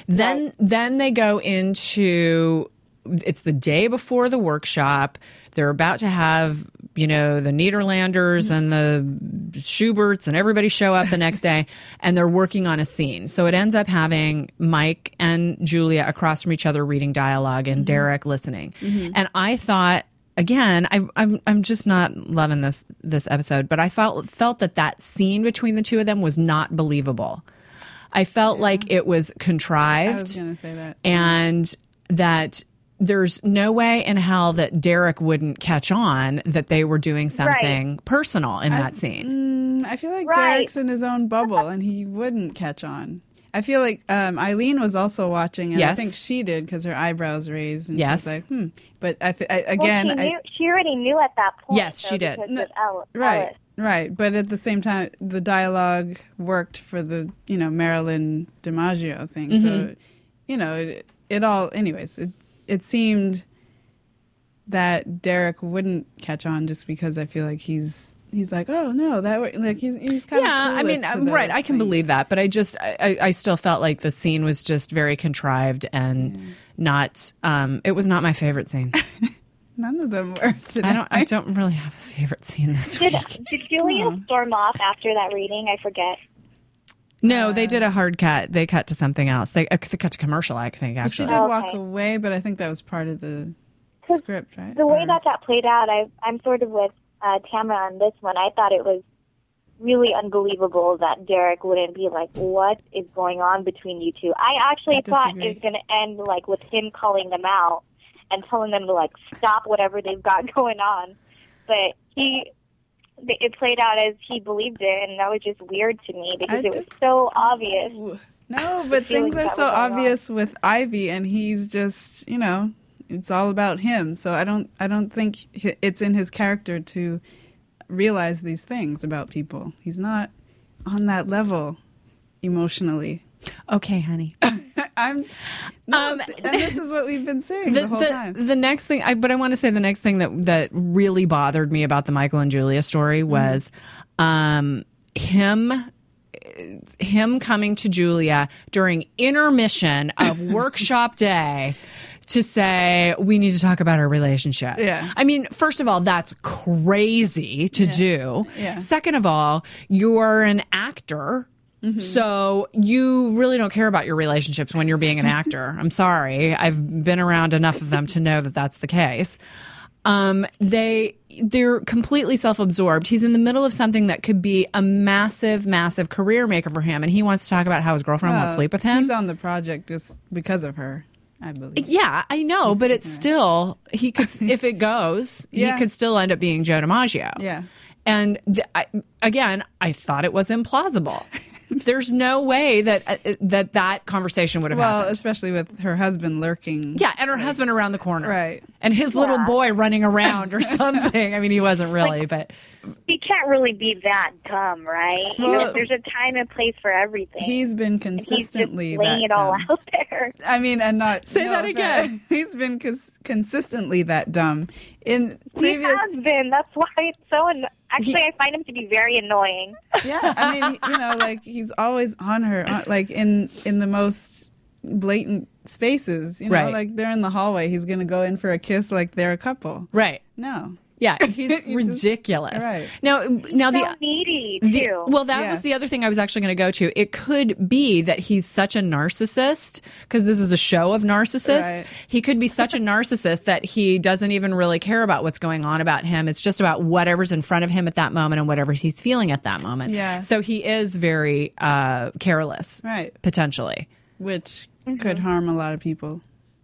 Speaker 2: Then then they go into it's the day before the workshop. They're about to have, you know, the Nederlanders and the Schuberts and everybody show up the next day and they're working on a scene. So it ends up having Mike and Julia across from each other reading dialogue and Derek listening. And I thought again, I, I'm I'm just not loving this this episode, but I felt felt that that scene between the two of them was not believable. I felt like it was contrived
Speaker 4: I was going to say that.
Speaker 2: and that there's no way in hell that Derek wouldn't catch on that they were doing something personal in that scene.
Speaker 4: Mm, I feel like
Speaker 5: Right.
Speaker 4: Derek's in his own bubble and he wouldn't catch on. I feel like um, Eileen was also watching, and I
Speaker 2: Yes.
Speaker 4: think she did because her eyebrows raised. And
Speaker 2: Yes.
Speaker 4: she was like, hmm. But I th- I,
Speaker 5: Well,
Speaker 4: again,
Speaker 5: she,
Speaker 4: I,
Speaker 5: knew, she already knew at that point.
Speaker 2: Yes, she
Speaker 5: though,
Speaker 2: did.
Speaker 5: because
Speaker 4: No,
Speaker 5: of Ellis.
Speaker 4: right
Speaker 5: Ellis.
Speaker 4: right but at the same time the dialogue worked for the you know marilyn dimaggio thing
Speaker 2: Mm-hmm.
Speaker 4: so you know it, it all anyways it, it seemed that derek wouldn't catch on just because i feel like he's he's like oh no that wor-" like he's, he's kind
Speaker 2: Yeah,
Speaker 4: of
Speaker 2: I mean, um, right, I can believe that, but I just, I, I- I still felt like the scene was just very contrived and not, um, it was not my favorite scene.
Speaker 4: none of them were today.
Speaker 2: I don't, I don't really have a favorite scene this
Speaker 5: Did,
Speaker 2: week.
Speaker 5: did Julia storm off after that reading? I forget.
Speaker 2: No, they did a hard cut. They cut to something else. They, uh, they cut to commercial, I think,
Speaker 4: she
Speaker 2: actually.
Speaker 4: did
Speaker 5: Okay.
Speaker 4: walk away but i think that was part of the script right
Speaker 5: The way
Speaker 4: Or-
Speaker 5: that that played out, I, I'm sort of with uh, Tamara on this one. I thought it was really unbelievable that Derek wouldn't be like, "What is going on between you two? I actually
Speaker 4: I
Speaker 5: thought
Speaker 4: disagree.
Speaker 5: it was going to end like with him calling them out and telling them to like stop whatever they've got going on, but he. It played out as he believed it, and that was just weird to me because
Speaker 4: I
Speaker 5: it was
Speaker 4: dis-
Speaker 5: so obvious.
Speaker 4: No, but
Speaker 5: feelings
Speaker 4: things are
Speaker 5: that
Speaker 4: so
Speaker 5: were going on.
Speaker 4: obvious with Ivy, and he's just, you know, it's all about him. So I don't I don't think hi- it's in his character to realize these things about people. He's not on that level emotionally.
Speaker 2: Okay, honey.
Speaker 4: I'm no,
Speaker 2: Um,
Speaker 4: s- and this is what we've been saying the, whole time.
Speaker 2: the next thing I, but I want to say the next thing that that really bothered me about the Michael and Julia story
Speaker 4: Mm-hmm.
Speaker 2: was um him him coming to Julia during intermission of workshop day to say we need to talk about our relationship.
Speaker 4: Yeah.
Speaker 2: I mean, first of all, that's crazy to do.
Speaker 4: Yeah.
Speaker 2: Second of all, you're an actor.
Speaker 4: Mm-hmm.
Speaker 2: So you really don't care about your relationships when you're being an actor. I'm sorry. I've been around enough of them to know that that's the case. Um, they they're completely self-absorbed. He's in the middle of something that could be a massive, massive career maker for him, and he wants to talk about how his girlfriend won't
Speaker 4: Uh,
Speaker 2: sleep with him.
Speaker 4: He's on the project just because of her, I believe.
Speaker 2: yeah, I know, but it's still he could if it goes,
Speaker 4: Yeah.
Speaker 2: he could still end up being Joe DiMaggio.
Speaker 4: Yeah.
Speaker 2: And th- I, again, I thought it was implausible. There's no way that uh, that that conversation would have
Speaker 4: Well,
Speaker 2: happened.
Speaker 4: especially with her husband lurking.
Speaker 2: Yeah, and her husband around the corner,
Speaker 4: Right.
Speaker 2: And his little boy running around or something. I mean, he wasn't really, but
Speaker 5: You can't really be that dumb, right? You know,
Speaker 4: Well-
Speaker 5: there's a time and place for everything.
Speaker 4: He's been
Speaker 5: And he's just
Speaker 4: consistently
Speaker 5: laying
Speaker 4: that
Speaker 5: it all
Speaker 2: um,
Speaker 4: dumb.
Speaker 5: out there.
Speaker 4: I mean, and not
Speaker 2: Say
Speaker 4: no
Speaker 2: that
Speaker 4: offense.
Speaker 2: again.
Speaker 4: He's been cons- consistently that dumb in
Speaker 5: He
Speaker 4: previous.
Speaker 5: has been. That's why it's so. Anno- Actually,
Speaker 4: He-
Speaker 5: I find him to be very annoying.
Speaker 4: Yeah, I mean, you know, like he's always on her, on, like in in the most blatant spaces. You know,
Speaker 2: Right.
Speaker 4: like they're in the hallway. He's gonna go in for a kiss, like they're a couple.
Speaker 2: right.
Speaker 4: No,
Speaker 2: Yeah, he's
Speaker 4: You just-
Speaker 2: ridiculous.
Speaker 4: right.
Speaker 2: Now, now
Speaker 5: So
Speaker 2: the
Speaker 5: needy
Speaker 2: The-
Speaker 5: too.
Speaker 2: well, that
Speaker 4: Yeah.
Speaker 2: was the other thing I was actually going to go to. It could be that he's such a narcissist because this is a show of narcissists.
Speaker 4: Right.
Speaker 2: He could be such a narcissist that he doesn't even really care about what's going on about him. It's just about whatever's in front of him at that moment and whatever he's feeling at that moment.
Speaker 4: Yeah.
Speaker 2: So he is very uh, careless,
Speaker 4: right?
Speaker 2: potentially.
Speaker 4: Which
Speaker 5: Mm-hmm.
Speaker 4: could harm a lot of people.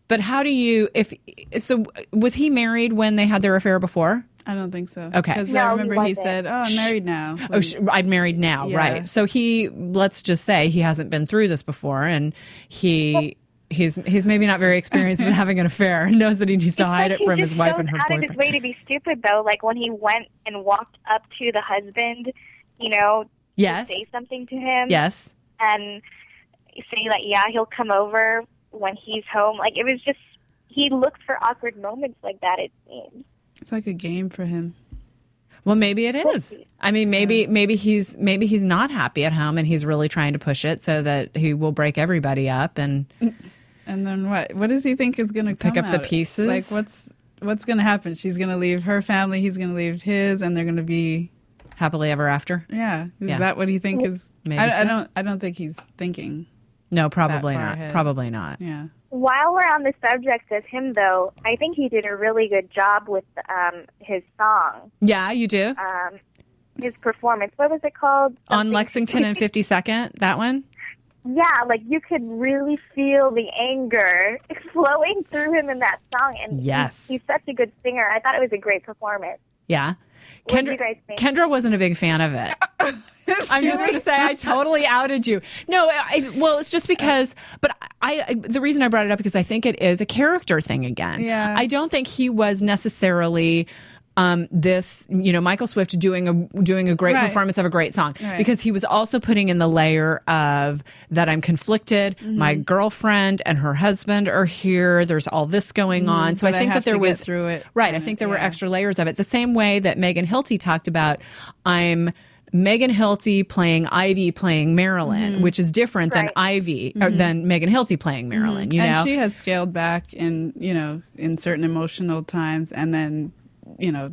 Speaker 2: But how do you if so? Was he married when they had their affair before?
Speaker 4: I don't think so.
Speaker 2: Okay.
Speaker 4: Because
Speaker 5: No,
Speaker 4: I
Speaker 5: he
Speaker 4: remember he,
Speaker 5: wasn't.
Speaker 4: said, "Oh, I'm married now."
Speaker 2: Oh, sh- I'd married now,
Speaker 4: Yeah.
Speaker 2: right? So he, let's just say, he hasn't been through this before, and he he's he's maybe not very experienced in having an affair, and knows that he needs to hide
Speaker 5: Like,
Speaker 2: it from
Speaker 5: he
Speaker 2: his
Speaker 5: just
Speaker 2: wife
Speaker 5: goes
Speaker 2: and her
Speaker 5: out of his
Speaker 2: boyfriend.
Speaker 5: way to be stupid though. Like when he went and walked up to the husband, you know,
Speaker 2: Yes,
Speaker 5: to say something to him,
Speaker 2: yes,
Speaker 5: and say that yeah, he'll come over when he's home. Like it was just he looked for awkward moments like that. It seems.
Speaker 4: It's like a game for him.
Speaker 2: Well, maybe it is. I mean, maybe maybe he's maybe he's not happy at home, and he's really trying to push it so that he will break everybody up. And
Speaker 4: And then what? What does he think is going to
Speaker 2: Pick up the pieces?
Speaker 4: Like what's what's going to happen? She's going to leave her family. He's going to leave his, and they're going to be
Speaker 2: happily ever after?
Speaker 4: yeah. Is
Speaker 2: Yeah.
Speaker 4: that what he think is?
Speaker 2: Maybe
Speaker 4: I, I
Speaker 2: so.
Speaker 4: don't. I don't think he's thinking.
Speaker 2: No, probably
Speaker 4: far
Speaker 2: not.
Speaker 4: ahead.
Speaker 2: Probably not.
Speaker 4: Yeah.
Speaker 5: While we're on the subject of him, though, I think he did a really good job with um, his song,
Speaker 2: Yeah, you do
Speaker 5: um, his performance. What was it called?
Speaker 2: on
Speaker 5: Something-
Speaker 2: Lexington and Fifty Second. That one.
Speaker 5: Yeah, like you could really feel the anger flowing through him in that song. And he-
Speaker 2: Yes.
Speaker 5: he's such a good singer. I thought it was a great performance.
Speaker 2: Yeah.
Speaker 5: What
Speaker 2: Kendra,
Speaker 5: do you guys think?
Speaker 2: Kendra wasn't a big fan of it. I'm just going to say I totally outed you. No, I, well, it's just because, but I, I the reason I brought it up because I think it is a character thing again.
Speaker 4: Yeah.
Speaker 2: I don't think he was necessarily. Um, this, you know, Michael Swift doing a doing a great
Speaker 4: Right.
Speaker 2: performance of a great song
Speaker 4: Right.
Speaker 2: because he was also putting in the layer of that I'm conflicted.
Speaker 4: Mm-hmm.
Speaker 2: My girlfriend and her husband are here. There's all this going on, so I
Speaker 4: Mm-hmm. but I
Speaker 2: think
Speaker 4: have
Speaker 2: that there
Speaker 4: to get
Speaker 2: was
Speaker 4: through it.
Speaker 2: Right, I
Speaker 4: And-
Speaker 2: think there were
Speaker 4: yeah.
Speaker 2: extra layers of it. The same way that Megan Hilty talked about, I'm Megan Hilty playing Ivy playing Marilyn,
Speaker 4: Mm-hmm.
Speaker 2: which is different than
Speaker 5: Right.
Speaker 2: Ivy or than Megan Hilty playing Marilyn. You
Speaker 4: and
Speaker 2: know,
Speaker 4: she has scaled back in you know in certain emotional times, and then you know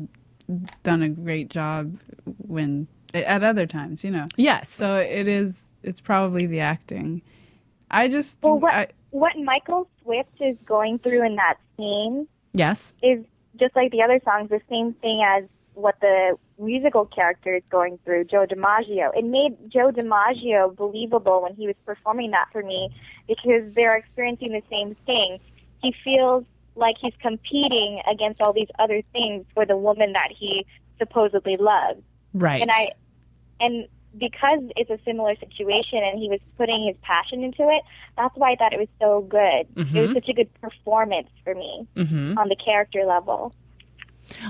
Speaker 4: done a great job when at other times. You know.
Speaker 2: yes,
Speaker 4: So it is. It's probably the acting. I just.
Speaker 5: Well, what,
Speaker 4: I-
Speaker 5: what Michael Swift is going through in that scene
Speaker 2: yes,
Speaker 5: is just like the other songs, the same thing as what the musical character is going through, Joe DiMaggio. It made Joe DiMaggio believable when he was performing that for me because they're experiencing the same thing. He feels like he's competing against all these other things for the woman that he supposedly loves.
Speaker 2: right,
Speaker 5: And I and because it's a similar situation and he was putting his passion into it, that's why I thought it was so good. It
Speaker 2: Mm-hmm.
Speaker 5: was such a good performance for me on the character level.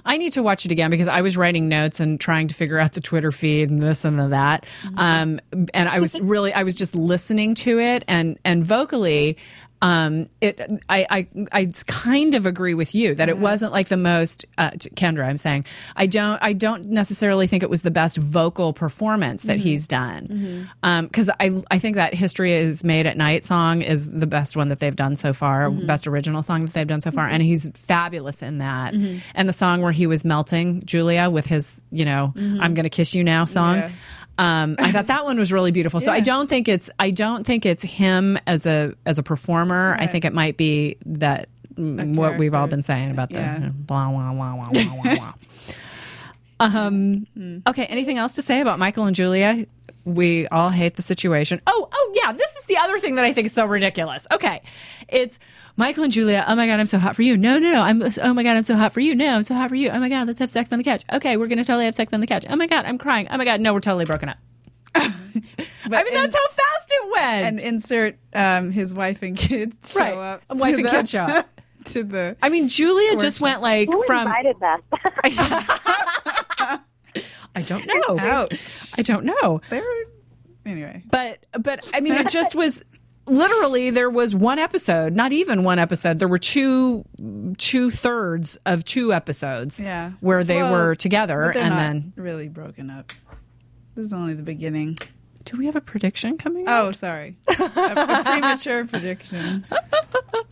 Speaker 2: I need to watch it again because I was writing notes and trying to figure out the Twitter feed and this and the that.
Speaker 4: Mm-hmm.
Speaker 2: Um, and I was really, I was just listening to it and and vocally. Um, it, I, I, I kind of agree with you that it
Speaker 4: Mm-hmm.
Speaker 2: wasn't like the most, uh, t- Kendra, I'm saying, I don't, I don't necessarily think it was the best vocal performance that he's done. Um, cause I, I think that History is Made at Night song is the best one that they've done so far, best original song that they've done so far. And he's fabulous in that. And the song where he was melting Julia with his, you know, I'm going to kiss you now song.
Speaker 4: Yeah.
Speaker 2: Um, I thought that one was really beautiful. So I don't think it's I don't think it's him as a as a performer. I think it might be that mm, what we've all
Speaker 4: character.
Speaker 2: been saying about
Speaker 4: Yeah.
Speaker 2: the blah blah blah blah blah blah. blah. Um, Okay. Anything else to say about Michael and Julia? We all hate the situation. Oh, oh yeah. This is the other thing that I think is so ridiculous. Okay, it's Michael and Julia. Oh my god, I'm so hot for you. No, no, no. I'm. Oh my god, I'm so hot for you. No, I'm so hot for you. Oh my god, let's have sex on the couch. Okay, we're gonna totally have sex on the couch. Oh my god, I'm crying. Oh my god, no, we're totally broken up.
Speaker 4: But
Speaker 2: I mean, that's
Speaker 4: in-
Speaker 2: how fast it went.
Speaker 4: and insert um, his wife and kids show
Speaker 2: Right.
Speaker 4: up.
Speaker 2: A wife
Speaker 4: to
Speaker 2: and
Speaker 4: the-
Speaker 2: kid show up.
Speaker 4: to the
Speaker 2: I mean, Julia just went like
Speaker 5: Who
Speaker 2: from.
Speaker 5: invited that?
Speaker 2: I don't know.
Speaker 4: ouch.
Speaker 2: I don't know.
Speaker 4: They were anyway.
Speaker 2: but but I mean, it just was literally there was one episode, not even one episode. There were two two thirds of two episodes
Speaker 4: Yeah,
Speaker 2: where they
Speaker 4: Well,
Speaker 2: were together,
Speaker 4: but they're
Speaker 2: and
Speaker 4: not
Speaker 2: then
Speaker 4: really broken up. This is only the beginning.
Speaker 2: do we have a prediction coming? up?
Speaker 4: Oh, sorry, a, a premature prediction.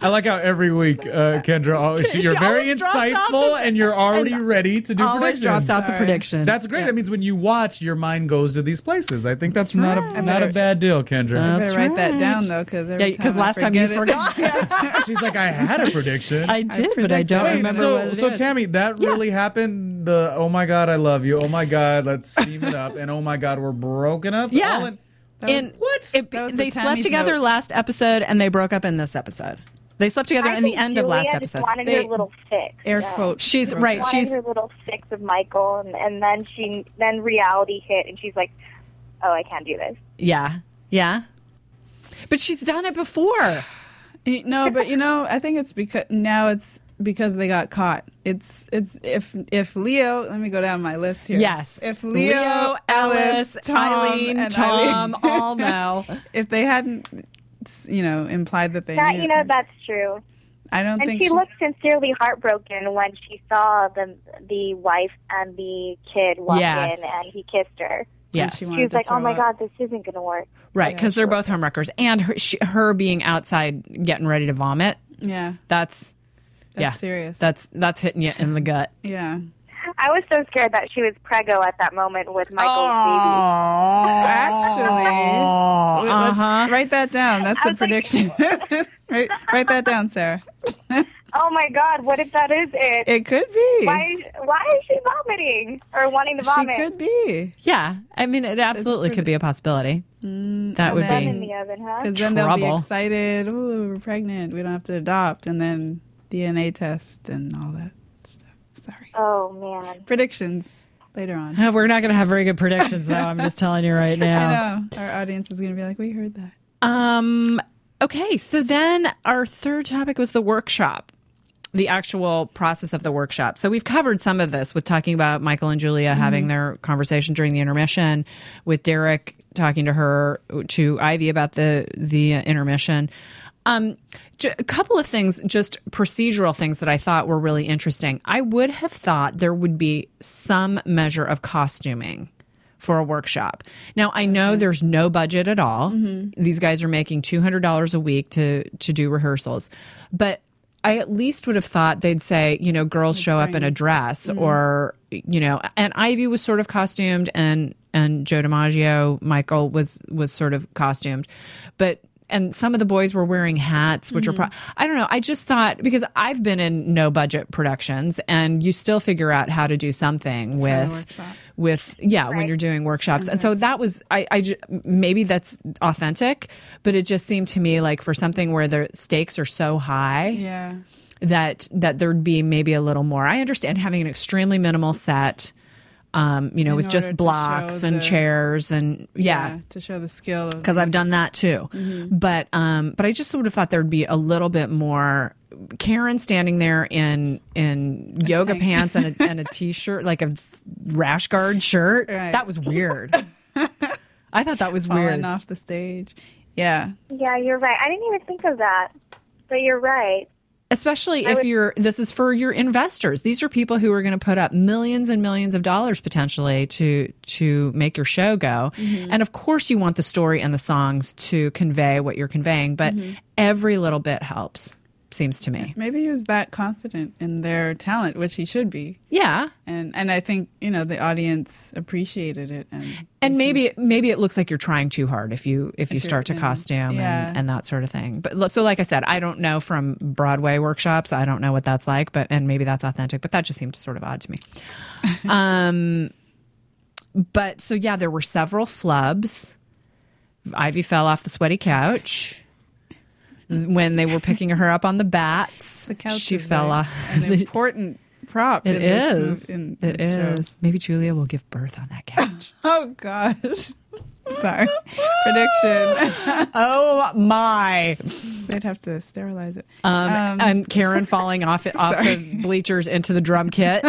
Speaker 3: I like how every week, uh, Kendra, always,
Speaker 2: She
Speaker 3: you're very
Speaker 2: always drops off
Speaker 3: insightful
Speaker 2: the-
Speaker 3: and you're already
Speaker 2: and
Speaker 3: ready to do
Speaker 2: Oh, Always
Speaker 3: predictions.
Speaker 2: drops out the
Speaker 4: Sorry.
Speaker 2: prediction.
Speaker 3: That's great. That means when you watch, your mind goes to these places. I think that's, not
Speaker 2: right.
Speaker 3: a not a
Speaker 4: That's-
Speaker 3: bad deal,
Speaker 4: I
Speaker 3: Kendra.
Speaker 4: better
Speaker 2: That's
Speaker 4: write that down
Speaker 2: right.
Speaker 4: though, because
Speaker 2: yeah, because last time you forgot.
Speaker 3: She's like, I had a prediction.
Speaker 2: I did, but I
Speaker 4: predicted
Speaker 2: don't
Speaker 4: it.
Speaker 3: Wait,
Speaker 2: remember
Speaker 3: so
Speaker 2: what it
Speaker 3: so
Speaker 2: is.
Speaker 3: Tammy, that really happened. The oh my god, I love you. Oh my god, let's steam it up. And oh my god, we're broken up.
Speaker 2: Yeah.
Speaker 3: All in-
Speaker 2: in,
Speaker 3: what?
Speaker 2: it-
Speaker 4: That was the
Speaker 2: they slept
Speaker 4: Tammy's
Speaker 2: together
Speaker 4: notes.
Speaker 2: last episode, and they broke up in this episode. They slept together
Speaker 5: I
Speaker 2: in the
Speaker 5: think
Speaker 2: end
Speaker 5: Julia
Speaker 2: of last
Speaker 5: just
Speaker 2: episode.
Speaker 5: Wanted
Speaker 4: They-
Speaker 5: her little fix.
Speaker 4: Air
Speaker 5: yeah.
Speaker 4: quotes.
Speaker 2: She's
Speaker 4: broken
Speaker 2: right.
Speaker 4: up.
Speaker 5: Wanted
Speaker 2: She's
Speaker 5: her little fix of Michael, and, and then she then reality hit, and she's like, "Oh, I can't do this."
Speaker 2: yeah, yeah. But she's done it before.
Speaker 4: Y- No, but you know, I think it's because now it's because they got caught. It's it's if if Leo, let me go down my list here.
Speaker 2: Yes.
Speaker 4: if Leo, Alice, Tom,
Speaker 2: Eileen,
Speaker 4: and
Speaker 2: Tom,
Speaker 4: Eileen-
Speaker 2: all know.
Speaker 4: if they hadn't, you know, implied that they,
Speaker 5: That
Speaker 4: knew,
Speaker 5: you know, that's true.
Speaker 4: I don't
Speaker 5: And
Speaker 4: think
Speaker 5: she looked sincerely heartbroken when she saw the the wife and the kid walk
Speaker 2: Yes.
Speaker 5: in, and he kissed her.
Speaker 2: Yes.
Speaker 4: she
Speaker 5: She
Speaker 4: wanted
Speaker 5: was
Speaker 4: to
Speaker 5: like,
Speaker 4: throw
Speaker 5: "Oh my
Speaker 4: up.
Speaker 5: God, this isn't going to work."
Speaker 2: Right, because they're both homewreckers. And her, she, her being outside getting ready to vomit,
Speaker 4: Yeah,
Speaker 2: that's, yeah,
Speaker 4: serious.
Speaker 2: That's, that's hitting you in the gut.
Speaker 4: yeah.
Speaker 5: I was so scared that she was preggo at that moment with Michael's baby.
Speaker 4: Actually, wait, let's
Speaker 2: uh-huh.
Speaker 4: write that down. That's a
Speaker 5: was like-
Speaker 4: prediction. write, write that down, Sarah.
Speaker 5: Oh my God, what if that is it?
Speaker 4: It could be.
Speaker 5: why, why is she vomiting or wanting to
Speaker 4: she
Speaker 5: vomit?
Speaker 4: could be.
Speaker 2: Yeah. I mean, it absolutely could be a possibility.
Speaker 4: Mm,
Speaker 2: that would
Speaker 5: Bun
Speaker 2: be.
Speaker 4: then-
Speaker 5: in the oven, huh?
Speaker 4: Because then they'll be
Speaker 2: Trouble.
Speaker 4: excited. Ooh, we're pregnant. We don't have to adopt. And then DNA test and all that stuff. Sorry.
Speaker 5: Oh man.
Speaker 4: Predictions later on.
Speaker 2: Uh, We're not going to have very good predictions, though. I'm just telling you right
Speaker 4: I
Speaker 2: now.
Speaker 4: know. Our audience is going to be like, we heard that.
Speaker 2: Um, okay. So then our third topic was the workshop. the actual process of the workshop. So we've covered some of this with talking about Michael and Julia having their conversation during the intermission, with Derek talking to her to Ivy about the the uh, intermission. Um, j- a couple of things, just procedural things that I thought were really interesting. I would have thought there would be some measure of costuming for a workshop. Now I know there's no budget at all. These guys are making two hundred dollars a week to to do rehearsals, but I at least would have thought they'd say, you know, girls show up in a dress or, you know, and Ivy was sort of costumed and and Joe DiMaggio, Michael was was sort of costumed. But and some of the boys were wearing hats, which
Speaker 4: Mm-hmm.
Speaker 2: are pro- I don't know. I just thought because I've been in no budget productions and you still figure out how to do something with with yeah, when you're doing workshops. And
Speaker 4: Mm-hmm.
Speaker 2: so that was I I ju- maybe that's authentic, but it just seemed to me like for something where the stakes are so high
Speaker 4: Yeah.
Speaker 2: that that there'd be maybe a little more. I understand having an extremely minimal set. um, you know,
Speaker 4: In
Speaker 2: with
Speaker 4: order
Speaker 2: just
Speaker 4: to
Speaker 2: blocks
Speaker 4: show
Speaker 2: and
Speaker 4: the-
Speaker 2: chairs and yeah.
Speaker 4: to show the skill of
Speaker 2: because I've done that too.
Speaker 4: Mm-hmm.
Speaker 2: But um, but I just would have thought there'd be a little bit more. Karen standing there in in yoga
Speaker 4: tank.
Speaker 2: pants and a, and a t shirt, like a s- rash guard shirt.
Speaker 4: Right.
Speaker 2: That was weird. I thought that was
Speaker 4: falling
Speaker 2: weird.
Speaker 4: off the stage. Yeah,
Speaker 5: Yeah, you're right. I didn't even think of that, but you're right.
Speaker 2: Especially if you're, this is for your investors. These are people who are going to put up millions and millions of dollars potentially to to make your show go.
Speaker 4: Mm-hmm.
Speaker 2: And of course, you want the story and the songs to convey what you're conveying, but
Speaker 4: Mm-hmm.
Speaker 2: every little bit helps. Seems to me.
Speaker 4: maybe he was that confident in their talent, which he should be,
Speaker 2: Yeah.
Speaker 4: and and I think you know the audience appreciated it. And
Speaker 2: And maybe maybe it looks like you're trying too hard if you if, you start to costume
Speaker 4: yeah.
Speaker 2: and, and that sort of thing. But lo- so like I said, I don't know from Broadway workshops. I don't know what that's like, but and maybe that's authentic, but that just seemed sort of odd to me. um but so yeah, there were several flubs. Ivy fell off the sweaty couch when they were picking her up on the bats.
Speaker 4: the couch
Speaker 2: she
Speaker 4: is
Speaker 2: fell
Speaker 4: a-
Speaker 2: off.
Speaker 4: an important prop.
Speaker 2: It
Speaker 4: in this mov-
Speaker 2: is.
Speaker 4: in
Speaker 2: It
Speaker 4: this show.
Speaker 2: is. Maybe Julia will give birth on that couch.
Speaker 4: Oh gosh. Sorry, prediction.
Speaker 2: Oh my!
Speaker 4: They'd have to sterilize it.
Speaker 2: Um, and Karen falling off it off the bleachers into the drum kit.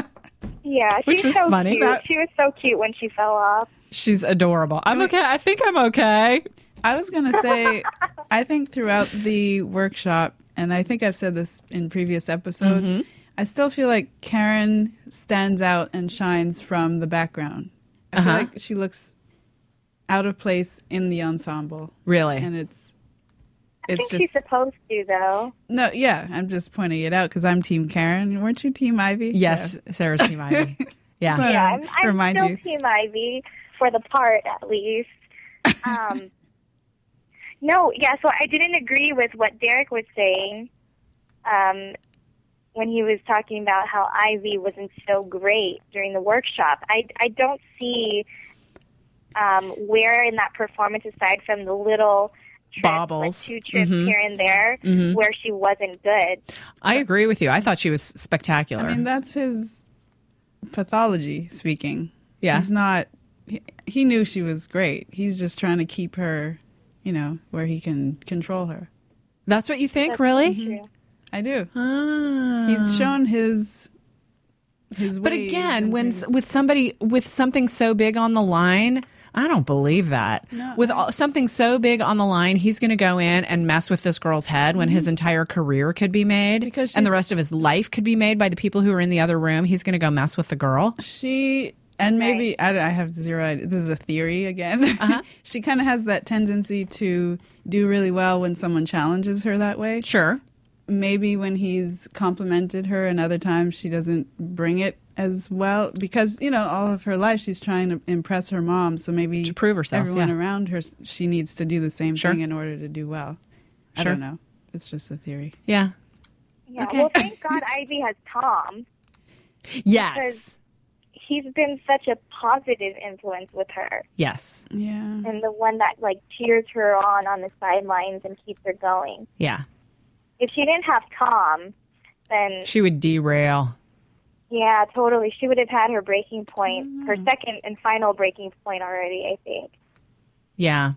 Speaker 5: Yeah,
Speaker 2: Which
Speaker 5: she's
Speaker 2: was
Speaker 5: so
Speaker 2: funny.
Speaker 5: cute.
Speaker 2: That-
Speaker 5: She was so cute when she fell off.
Speaker 2: She's adorable. I'm okay. I think I'm okay.
Speaker 4: I was going to say, I think throughout the workshop, and I think I've said this in previous episodes,
Speaker 2: Mm-hmm.
Speaker 4: I still feel like Karen stands out and shines from the background. I
Speaker 2: Uh-huh.
Speaker 4: feel like she looks out of place in the ensemble,
Speaker 2: Really?
Speaker 4: and it's
Speaker 5: I
Speaker 4: it's
Speaker 5: think
Speaker 4: just
Speaker 5: she's supposed to, though.
Speaker 4: no, yeah. I'm just pointing it out because I'm Team Karen. Weren't you Team Ivy?
Speaker 2: yes, Sarah's team Ivy. Yeah.
Speaker 4: So-
Speaker 5: Yeah,
Speaker 4: Um,
Speaker 5: I'm, I'm
Speaker 4: remind
Speaker 5: still
Speaker 4: you.
Speaker 5: Team Ivy for the part, at least. Um, no, yeah. So I didn't agree with what Derek was saying um, when he was talking about how Ivy wasn't so great during the workshop. I I don't see um, where in that performance, aside from the little. trip, like
Speaker 2: Bobbles.
Speaker 5: two trips here and there, where she wasn't good.
Speaker 2: I agree with you. I thought she was spectacular.
Speaker 4: I mean, that's his pathology speaking.
Speaker 2: Yeah.
Speaker 4: He's not, he, he knew she was great. He's just trying to keep her, you know, where he can control her.
Speaker 2: That's what you think, really?
Speaker 4: I do. He's shown his, his
Speaker 2: Ah. But
Speaker 4: ways
Speaker 2: again,
Speaker 4: and
Speaker 2: when
Speaker 4: his-
Speaker 2: s- with somebody with something so big on the line, I don't believe that. with all, something so big on the line, he's going to go in and mess with this girl's head when his entire career could be made,
Speaker 4: Mm-hmm. Because
Speaker 2: and the
Speaker 4: she's-
Speaker 2: rest of his life could be made by the people who are in the other room. He's going to go mess with the girl.
Speaker 4: she, and maybe, I, don't- I have zero idea, this is a theory again.
Speaker 2: Uh-huh.
Speaker 4: she kind of has that tendency to do really well when someone challenges her that way.
Speaker 2: Sure.
Speaker 4: maybe when he's complimented her and other times she doesn't bring it as well because you know all of her life she's trying to impress her mom so maybe
Speaker 2: To prove herself,
Speaker 4: everyone
Speaker 2: yeah.
Speaker 4: around her she needs to do the same
Speaker 2: Sure.
Speaker 4: thing in order to do well i
Speaker 2: Sure.
Speaker 4: don't know it's just a theory
Speaker 2: Yeah.
Speaker 5: Yeah.
Speaker 2: Okay.
Speaker 5: Well, thank God Ivy has Tom.
Speaker 2: Yes.
Speaker 5: Because- He's been such a positive influence with her.
Speaker 2: Yes.
Speaker 4: yeah
Speaker 5: and the one that like cheers her on on the sidelines and keeps her going.
Speaker 2: Yeah.
Speaker 5: If she didn't have Tom, then
Speaker 2: She would derail.
Speaker 5: yeah, totally, she would have had her breaking point, her second and final breaking point already. I think.
Speaker 2: Yeah.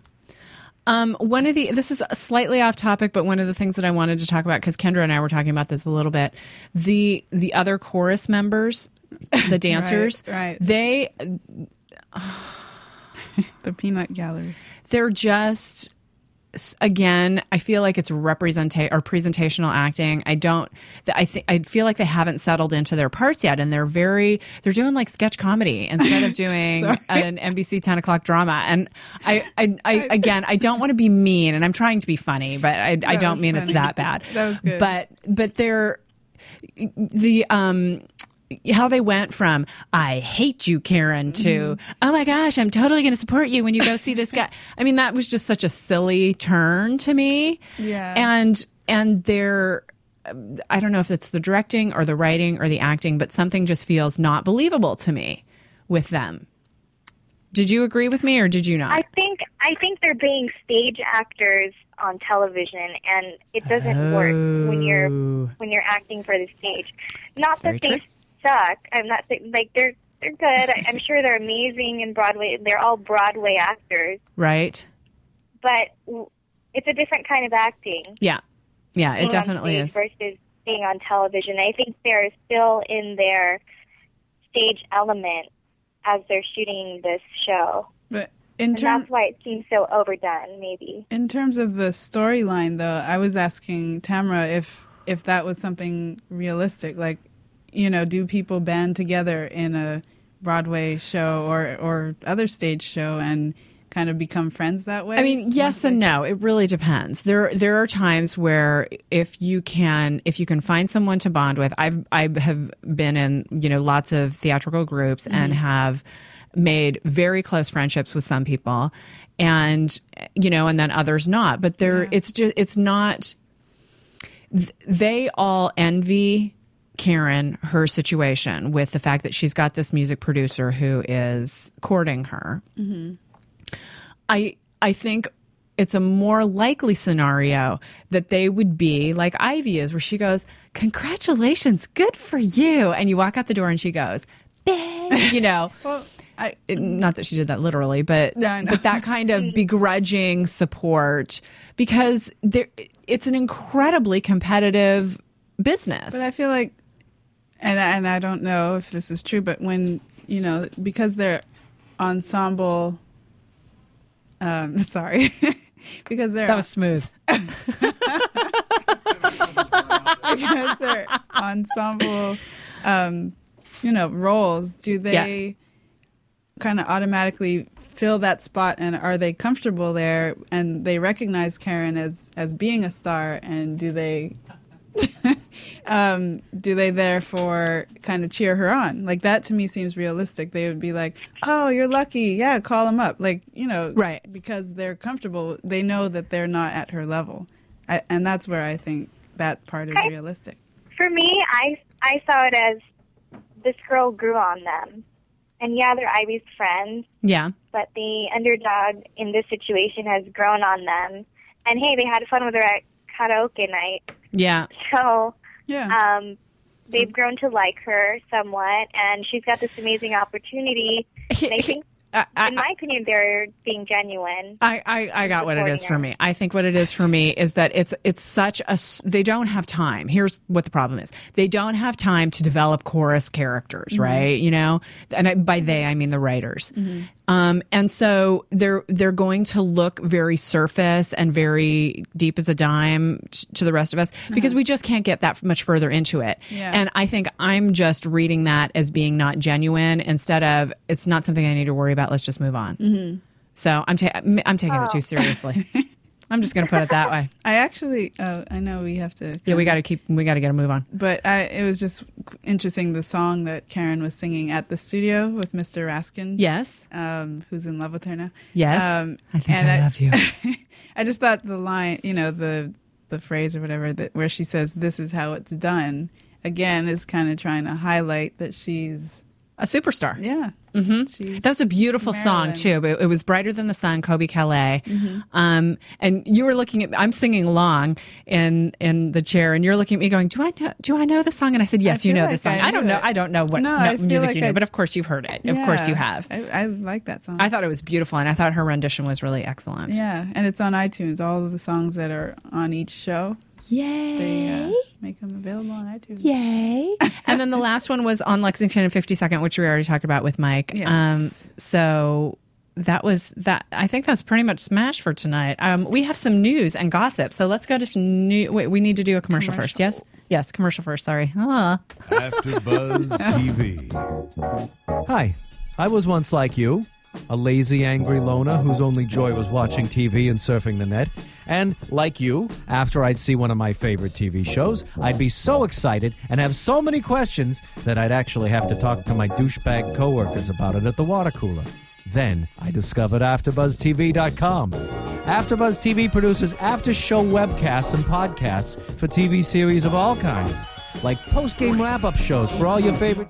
Speaker 2: Um, one of the this is slightly off topic, but one of the things that I wanted to talk about because Kendra and I were talking about this a little bit the the other chorus members, the dancers,
Speaker 4: right.
Speaker 2: They
Speaker 4: the peanut gallery
Speaker 2: they're just s- again i feel like it's representat or presentational acting i don't th- i think i feel like they haven't settled into their parts yet and they're very they're doing like sketch comedy instead of doing an nbc 10 o'clock drama and i i, I again i don't want to be mean and i'm trying to be funny but i, I don't
Speaker 4: was
Speaker 2: mean it's
Speaker 4: funny.
Speaker 2: that bad
Speaker 4: That was good.
Speaker 2: but but they're the um how they went from I hate you, Karen, to oh my gosh, I'm totally going to support you when you go see this guy. I mean, that was just such a silly turn to me.
Speaker 4: Yeah.
Speaker 2: and and they're I don't know if it's the directing or the writing or the acting, but something just feels not believable to me with them. Did you agree with me or did you not?
Speaker 5: I think I think they're being stage actors on television, and it doesn't work when you're when you're acting for the stage. Not
Speaker 2: Oh. very
Speaker 5: that they
Speaker 2: true.
Speaker 5: suck. I'm not saying- like they're They're good. I- I'm sure they're amazing in Broadway. They're all Broadway actors,
Speaker 2: right?
Speaker 5: but w- it's a different kind of acting.
Speaker 2: Yeah, yeah, it
Speaker 5: being on
Speaker 2: definitely
Speaker 5: stage
Speaker 2: is.
Speaker 5: Versus being on television, I think they're still in their stage element as they're shooting this show,
Speaker 4: But in
Speaker 5: and
Speaker 4: terms
Speaker 5: that's why it seems so overdone. Maybe
Speaker 4: in terms of the storyline, though, I was asking Tamra if if that was something realistic. Like, you know, do people band together in a Broadway show or or other stage show and kind of become friends that way?
Speaker 2: I mean, yes and no. It really depends. There there are times where if you can if you can find someone to bond with, I've I have been in, you know, lots of theatrical groups and have made very close friendships with some people and you know, and then others not. But there it's just it's not they all envy Karen her situation with the fact that she's got this music producer who is courting her. I I think it's a more likely scenario that they would be like Ivy is, where she goes, "Congratulations, good for you," and you walk out the door, and she goes, "Bitch," you know.
Speaker 4: well, I,
Speaker 2: It- not that she did that literally, but
Speaker 4: No, I know. Mm-hmm.
Speaker 2: but that kind of begrudging support because there, it's an incredibly competitive business.
Speaker 4: But I feel like, and I- and I don't know if this is true, but when you know, because they're ensemble. Um, sorry, because they're
Speaker 2: that was smooth.
Speaker 4: because they're ensemble, um, you know, roles. Do they kind of automatically fill that spot, and are they comfortable there? And they recognize Karen as as being a star, and do they? um, do they therefore kind of cheer her on? Like that to me seems realistic. They would be like, "Oh, you're lucky. Yeah, call them up." Like you know,
Speaker 2: Right.
Speaker 4: Because they're comfortable. They know that they're not at her level, I, and that's where I think that part is
Speaker 5: Okay.
Speaker 4: realistic.
Speaker 5: for me, I I saw it as this girl grew on them, and yeah, they're Ivy's friends,
Speaker 2: Yeah,
Speaker 5: but the underdog in this situation has grown on them. And hey, they had fun with her at karaoke night,
Speaker 2: yeah,
Speaker 5: so
Speaker 4: Yeah.
Speaker 5: um, they've grown to like her somewhat, and she's got this amazing opportunity. And I think,
Speaker 2: I- I-
Speaker 5: in my opinion, they're being genuine.
Speaker 2: I, I, I got what it is for
Speaker 5: supporting
Speaker 2: me. I think what it is for me is that it's it's such a s- they don't have time. Here's what the problem is: they don't have time to develop chorus characters, right? You know, and I, by they I mean the writers. Um, and so they're they're going to look very surface and very deep as a dime t- to the rest of us because we just can't get that much further into it.
Speaker 4: Yeah.
Speaker 2: And I think I'm just reading that as being not genuine instead of it's not something I need to worry about. Let's just move on. So I'm ta- I'm I'm taking it too seriously. I'm just going to put it that way.
Speaker 4: I actually, oh, I know we have to.
Speaker 2: Yeah, we got to keep we got to get a move on.
Speaker 4: But I, it was just interesting the song that Karen was singing at the studio with Mr. Raskin.
Speaker 2: Yes.
Speaker 4: Um, who's in love with her now?
Speaker 2: Yes.
Speaker 4: Um,
Speaker 2: I think
Speaker 4: and
Speaker 2: I love you.
Speaker 4: I just thought the line, you know, the the phrase or whatever that where she says, "This is how it's done." Again, is kind of trying to highlight that she's
Speaker 2: A superstar.
Speaker 4: yeah. Mm-hmm. She's,
Speaker 2: That was a beautiful song
Speaker 4: Marilyn. Mm-hmm.
Speaker 2: too. But it was brighter than the sun, Kobe Calais. Um, and you were looking at I'm singing along in in the chair, and you're looking at me going, "Do I know? Do I know the song?" And I said, "Yes, you
Speaker 4: feel
Speaker 2: know
Speaker 4: like
Speaker 2: the song."
Speaker 4: I
Speaker 2: I, don't
Speaker 4: knew
Speaker 2: know.
Speaker 4: it.
Speaker 2: I don't know what
Speaker 4: No,
Speaker 2: no-
Speaker 4: I feel
Speaker 2: music
Speaker 4: like
Speaker 2: you know,
Speaker 4: I-
Speaker 2: but of course you've heard it. Of course
Speaker 4: yeah.
Speaker 2: you have.
Speaker 4: I, I like that song.
Speaker 2: I thought it was beautiful, and I thought her rendition was really excellent.
Speaker 4: yeah, and it's on iTunes. All of the songs that are on each show,
Speaker 2: Yay!
Speaker 4: they uh, make them available on iTunes.
Speaker 2: Yay. and then the last one was on Lexington and 52nd, which we already talked about with Mike. Um,
Speaker 4: Yes.
Speaker 2: so that was that. I think that's pretty much smash for tonight. Um, we have some news and gossip. So let's go to some new. Wait, we need to do a commercial, first. Yes. Yes, commercial first. Sorry. Ah.
Speaker 6: After Buzz TV. Hi, I was once like you, a lazy, angry loner whose only joy was watching TV and surfing the net. And like you, after I'd see one of my favorite TV shows, I'd be so excited and have so many questions that I'd actually have to talk to my douchebag coworkers about it at the water cooler. Then I discovered AfterBuzzTV.com. AfterBuzz TV produces after-show webcasts and podcasts for TV series of all kinds, like post-game wrap-up shows for all your favorite.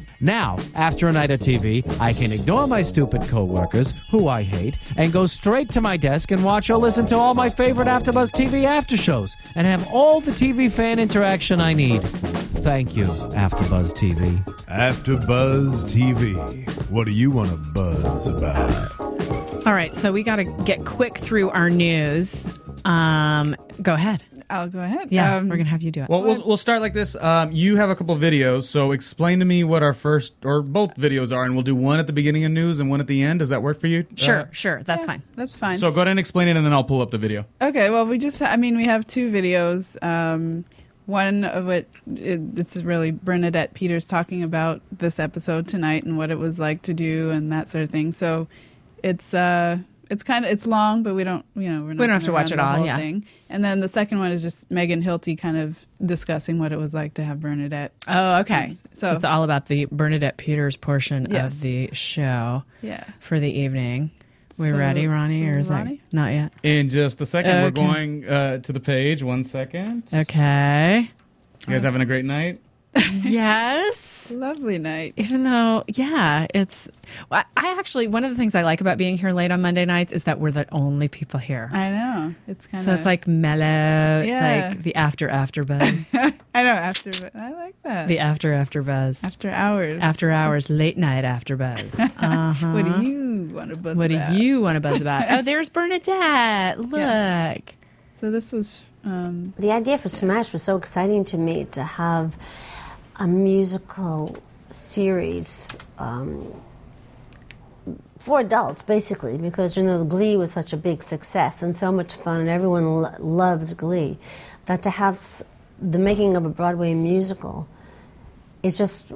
Speaker 6: Now, after a night of TV, I can ignore my stupid coworkers, who I hate, and go straight to my desk and watch or listen to all my favorite AfterBuzz TV after shows and have all the TV fan interaction I need. Thank you, AfterBuzz TV.
Speaker 7: After Buzz TV. What do you want to buzz about?
Speaker 2: All right, so we got to get quick through our news. Um, go ahead.
Speaker 4: I'll go ahead.
Speaker 2: Yeah,
Speaker 4: Um,
Speaker 2: we're gonna have you do it.
Speaker 3: Well, we'll, we'll start like this. Um, you have a couple videos, so explain to me what our first or both videos are, and we'll do one at the beginning of news and one at the end. Does that work for you?
Speaker 2: sure,
Speaker 3: Uh,
Speaker 2: sure, that's
Speaker 4: yeah,
Speaker 2: fine.
Speaker 4: That's fine.
Speaker 3: so go ahead and explain it, and then I'll pull up the video.
Speaker 4: Okay, well, we just, I mean, we have two videos. Um, one of it, it, it's really Bernadette Peters talking about this episode tonight and what it was like to do and that sort of thing. So it's, uh, it's kind of it's long, but we don't you know we're not
Speaker 2: don't have
Speaker 4: gonna
Speaker 2: to watch
Speaker 4: run
Speaker 2: it
Speaker 4: the
Speaker 2: all,
Speaker 4: whole
Speaker 2: yeah.
Speaker 4: Thing. And then the second one is just Megan Hilty kind of discussing what it was like to have Bernadette.
Speaker 2: Oh, okay. So,
Speaker 4: So-
Speaker 2: it's all about the Bernadette Peters portion
Speaker 4: Yes.
Speaker 2: of the show
Speaker 4: Yeah.
Speaker 2: for the evening. We
Speaker 4: So,
Speaker 2: ready, Ronnie, or is that
Speaker 4: Ronnie?
Speaker 2: not yet?
Speaker 3: In just a second, we're
Speaker 2: Okay.
Speaker 3: going uh, to the page. One second.
Speaker 2: Okay.
Speaker 3: You guys having a great night?
Speaker 2: yes.
Speaker 4: Lovely night.
Speaker 2: even though yeah it's well, i actually one of the things i like about being here late on monday nights is that we're the only people here
Speaker 4: I know it's kind of
Speaker 2: so it's like mellow
Speaker 4: Yeah.
Speaker 2: it's like the after after buzz
Speaker 4: I know after but I like that
Speaker 2: the after after buzz
Speaker 4: after hours
Speaker 2: after hours late night after buzz uh-huh.
Speaker 4: What do you want to buzz
Speaker 2: what do
Speaker 4: about?
Speaker 2: you want to buzz about oh there's bernadette look
Speaker 4: So this was um,
Speaker 8: The idea for Smash was so exciting to me to have a musical series um, for adults, basically, because you know Glee was such a big success and so much fun, and everyone lo- loves Glee. That to have s- the making of a Broadway musical is just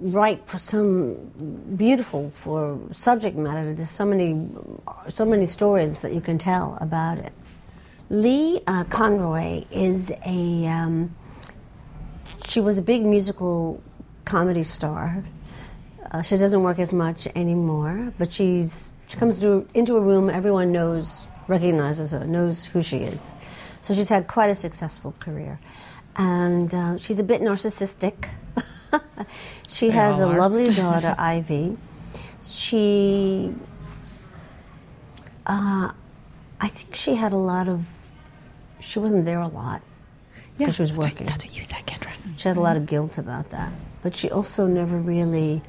Speaker 8: ripe for some beautiful for subject matter. There's so many, so many stories that you can tell about it. Lee uh, Conroy is a. Um, she was a big musical comedy star. Uh, she doesn't work as much anymore, but she's she comes to, into a room everyone knows, recognizes her, knows who she is. So she's had quite a successful career, and uh, she's a bit narcissistic. she has a
Speaker 2: all are.
Speaker 8: lovely daughter, Ivy. She uh, I think she had a lot of. She wasn't there a lot.
Speaker 2: yeah
Speaker 8: she was
Speaker 2: that's what-
Speaker 8: working.
Speaker 2: that's what you said kendra
Speaker 8: She had a lot of guilt about that. But she also never really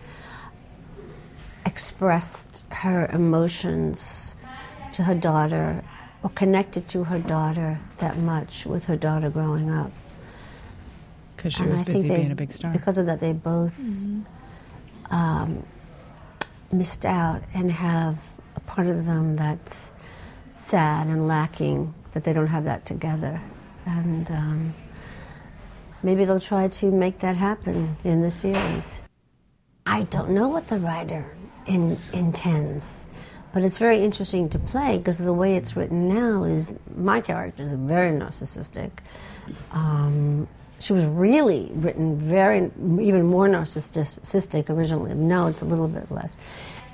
Speaker 8: expressed her emotions to her daughter or connected to her daughter that much with her daughter growing up.
Speaker 2: because she
Speaker 8: And
Speaker 2: was
Speaker 8: I think
Speaker 2: busy
Speaker 8: they-
Speaker 2: being a big star Mm-hmm.
Speaker 8: Because of that, they both um, missed out and have a part of them that's sad and lacking that they don't have that together. And um, maybe they'll try to make that happen in the series. I don't know what the writer in, intends, but it's very interesting to play because the way it's written now is my character is very narcissistic. Um, she was really written very even more narcissistic originally. Now it's a little bit less,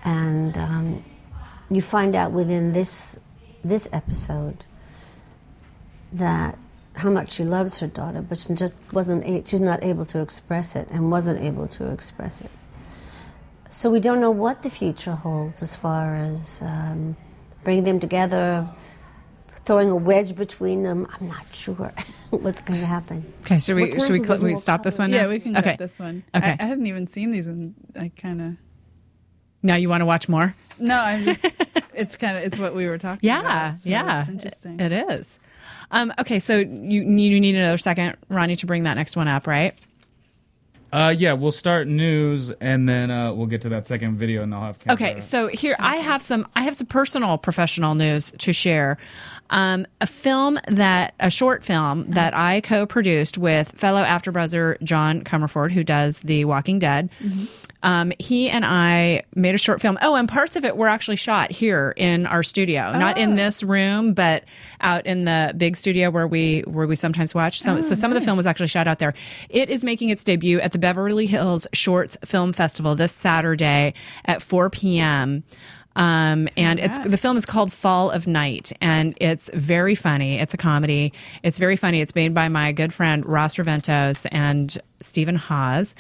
Speaker 8: and um, you find out within this this episode that how much she loves her daughter, but she just wasn't. A- she's not able to express it, and wasn't able to express it. So we don't know what the future holds as far as um, bringing them together, throwing a wedge between them. I'm not sure what's going to happen.
Speaker 2: okay should we
Speaker 8: What's
Speaker 2: should we,
Speaker 8: yours
Speaker 2: cl-
Speaker 8: is
Speaker 2: we
Speaker 8: more
Speaker 2: stop this one
Speaker 8: common.
Speaker 2: now?
Speaker 4: yeah we can
Speaker 2: okay
Speaker 4: get this one.
Speaker 2: Okay.
Speaker 4: I, I hadn't even seen these, and I kind of
Speaker 2: now you want to watch more
Speaker 4: no. I'm just it's kind of it's what we were talking.
Speaker 2: Yeah,
Speaker 4: about, so
Speaker 2: yeah,
Speaker 4: it's interesting.
Speaker 2: It is. Um, okay, so you you need another second, Ronnie, to bring that next one up, right?
Speaker 3: Uh, yeah, we'll start news and then uh, we'll get to that second video and I'll have Kendra.
Speaker 2: Okay, so here I have some I have some personal professional news to share. Um, a film that a short
Speaker 4: Uh-huh.
Speaker 2: film that I
Speaker 4: Mm-hmm.
Speaker 2: co-produced with fellow AfterBuzzer John Comerford, who does The Walking Dead. Um, he and I made a short film. Oh, and parts of it were actually shot here in our studio, not in this room, but out in the big studio where we where we sometimes watch. So, so some of the film was actually shot out there. It is making its debut at the Beverly Hills Shorts Film Festival this Saturday at 4 p.m. Um, and it's the film is called Fall of Night, and it's very funny. It's a comedy. It's very funny. It's made by my good friend Ross Reventos and Stephen Hawes,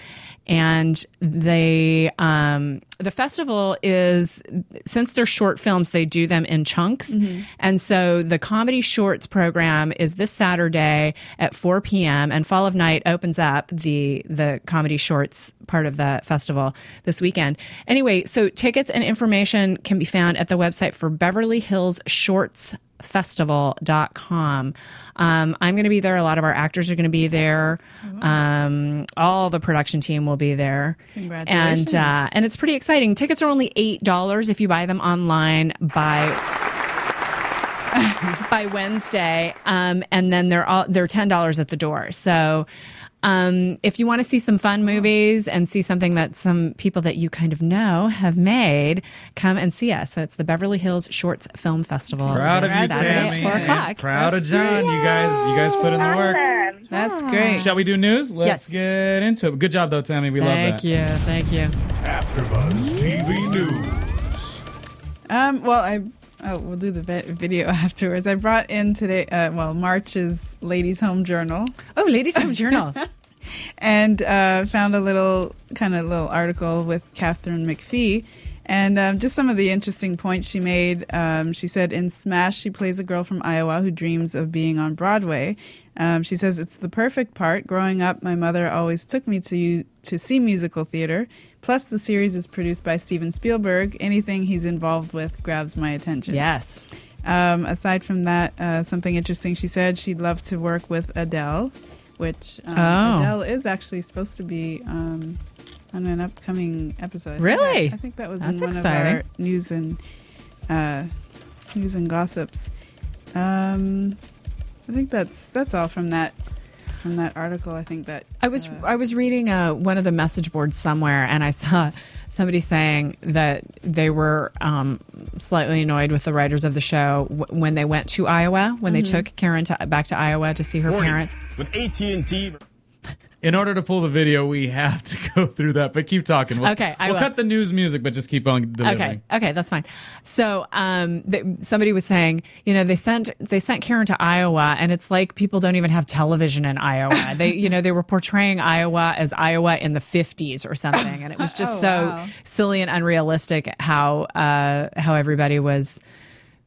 Speaker 2: and they um, the festival is since they're short films, they do them in chunks, and so the comedy shorts program is this Saturday at 4 p.m. and Fall of Night opens up the the comedy shorts part of the festival this weekend. Anyway, so tickets and information can be found at the website for Beverly Hills Shorts festival.com. Um, I'm going to be there. A lot of our actors are going to be there. Um, all the production team will be there.
Speaker 4: Congratulations.
Speaker 2: And, uh, and it's pretty exciting. Tickets are only $8 if you buy them online by by Wednesday, um, and then they're all they're ten dollars at the door. So. Um, if you want to see some fun movies and see something that some people that you kind of know have made, come and see us. So it's the Beverly Hills Shorts Film Festival.
Speaker 3: Proud of
Speaker 2: this
Speaker 3: you,
Speaker 2: Saturday at
Speaker 3: Tammy.
Speaker 2: four
Speaker 3: and
Speaker 2: o'clock.
Speaker 3: Proud of John. You guys, you guys put in the work.
Speaker 5: Awesome.
Speaker 4: That's great.
Speaker 3: Shall we do news?
Speaker 2: Yes.
Speaker 3: Let's get into it. Good job, though, Tammy. We love
Speaker 2: Thank
Speaker 3: that.
Speaker 2: you, thank you.
Speaker 7: AfterBuzz TV News.
Speaker 4: Um, well, I oh, we'll do the vi- video afterwards. I brought in today. Uh, well, March's Ladies Home Journal,
Speaker 2: Oh, Ladies Home Journal.
Speaker 4: and uh, found a little kind of little article with Catherine McPhee. And um, just some of the interesting points she made. Um, she said in Smash, she plays a girl from Iowa who dreams of being on Broadway. Um, she says it's the perfect part. Growing up, my mother always took me to to see musical theater. Plus, the series is produced by Steven Spielberg. Anything he's involved with grabs my attention.
Speaker 2: yes.
Speaker 4: Um, aside from that, uh, something interesting she said she'd love to work with Adele, which um,
Speaker 2: Oh.
Speaker 4: Adele is actually supposed to be um, on an upcoming episode.
Speaker 2: Really?
Speaker 4: Yeah, I think that was
Speaker 2: That's
Speaker 4: in one of our
Speaker 2: exciting.
Speaker 4: news and uh, news and gossips. Um, I think that's that's all from that from that article. I think that
Speaker 2: I was
Speaker 4: uh,
Speaker 2: I was reading uh, one of the message boards somewhere, and I saw somebody saying that they were um, slightly annoyed with the writers of the show w- when they went to Iowa when they took Karen to, back to Iowa to see her parents.
Speaker 9: With AT&T.
Speaker 3: In order to pull the video, we have to go through that, but keep talking. We'll,
Speaker 2: Okay, I
Speaker 3: we'll
Speaker 2: will.
Speaker 3: cut the news music, but just keep on
Speaker 2: Okay,
Speaker 3: delivering.
Speaker 2: okay, that's fine. So, um, th- somebody was saying, you know, they sent they sent Karen to Iowa, and it's like people don't even have television in Iowa. they, you know, they were portraying Iowa as Iowa in the fifties or something, and it was just
Speaker 4: Oh,
Speaker 2: so
Speaker 4: wow.
Speaker 2: silly and unrealistic how uh, how everybody was.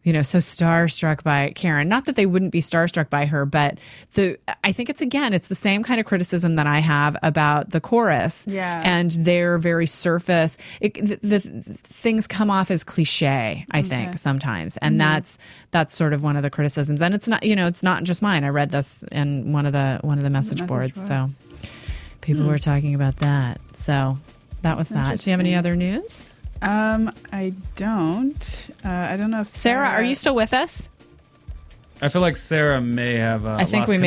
Speaker 2: You know, so starstruck by Karen. Not that they wouldn't be starstruck by her, but the I think it's again, it's the same kind of criticism that I have about the chorus
Speaker 4: Yeah.
Speaker 2: and they're very surface. It, the, the things come off as cliche, I
Speaker 4: Mm-hmm.
Speaker 2: think, sometimes, and that's that's sort of one of the criticisms. And it's not, you know, it's not just mine. I read this in one of the one of the message, boards,
Speaker 4: boards. Hmm.
Speaker 2: so people were talking about that. So that was that. Do you have any
Speaker 4: interesting.
Speaker 2: other news,
Speaker 4: um, I don't. Uh, I don't know if
Speaker 2: Sarah? Are you still with us?
Speaker 3: I feel like Sarah may have. Uh,
Speaker 2: I think
Speaker 3: lost
Speaker 2: we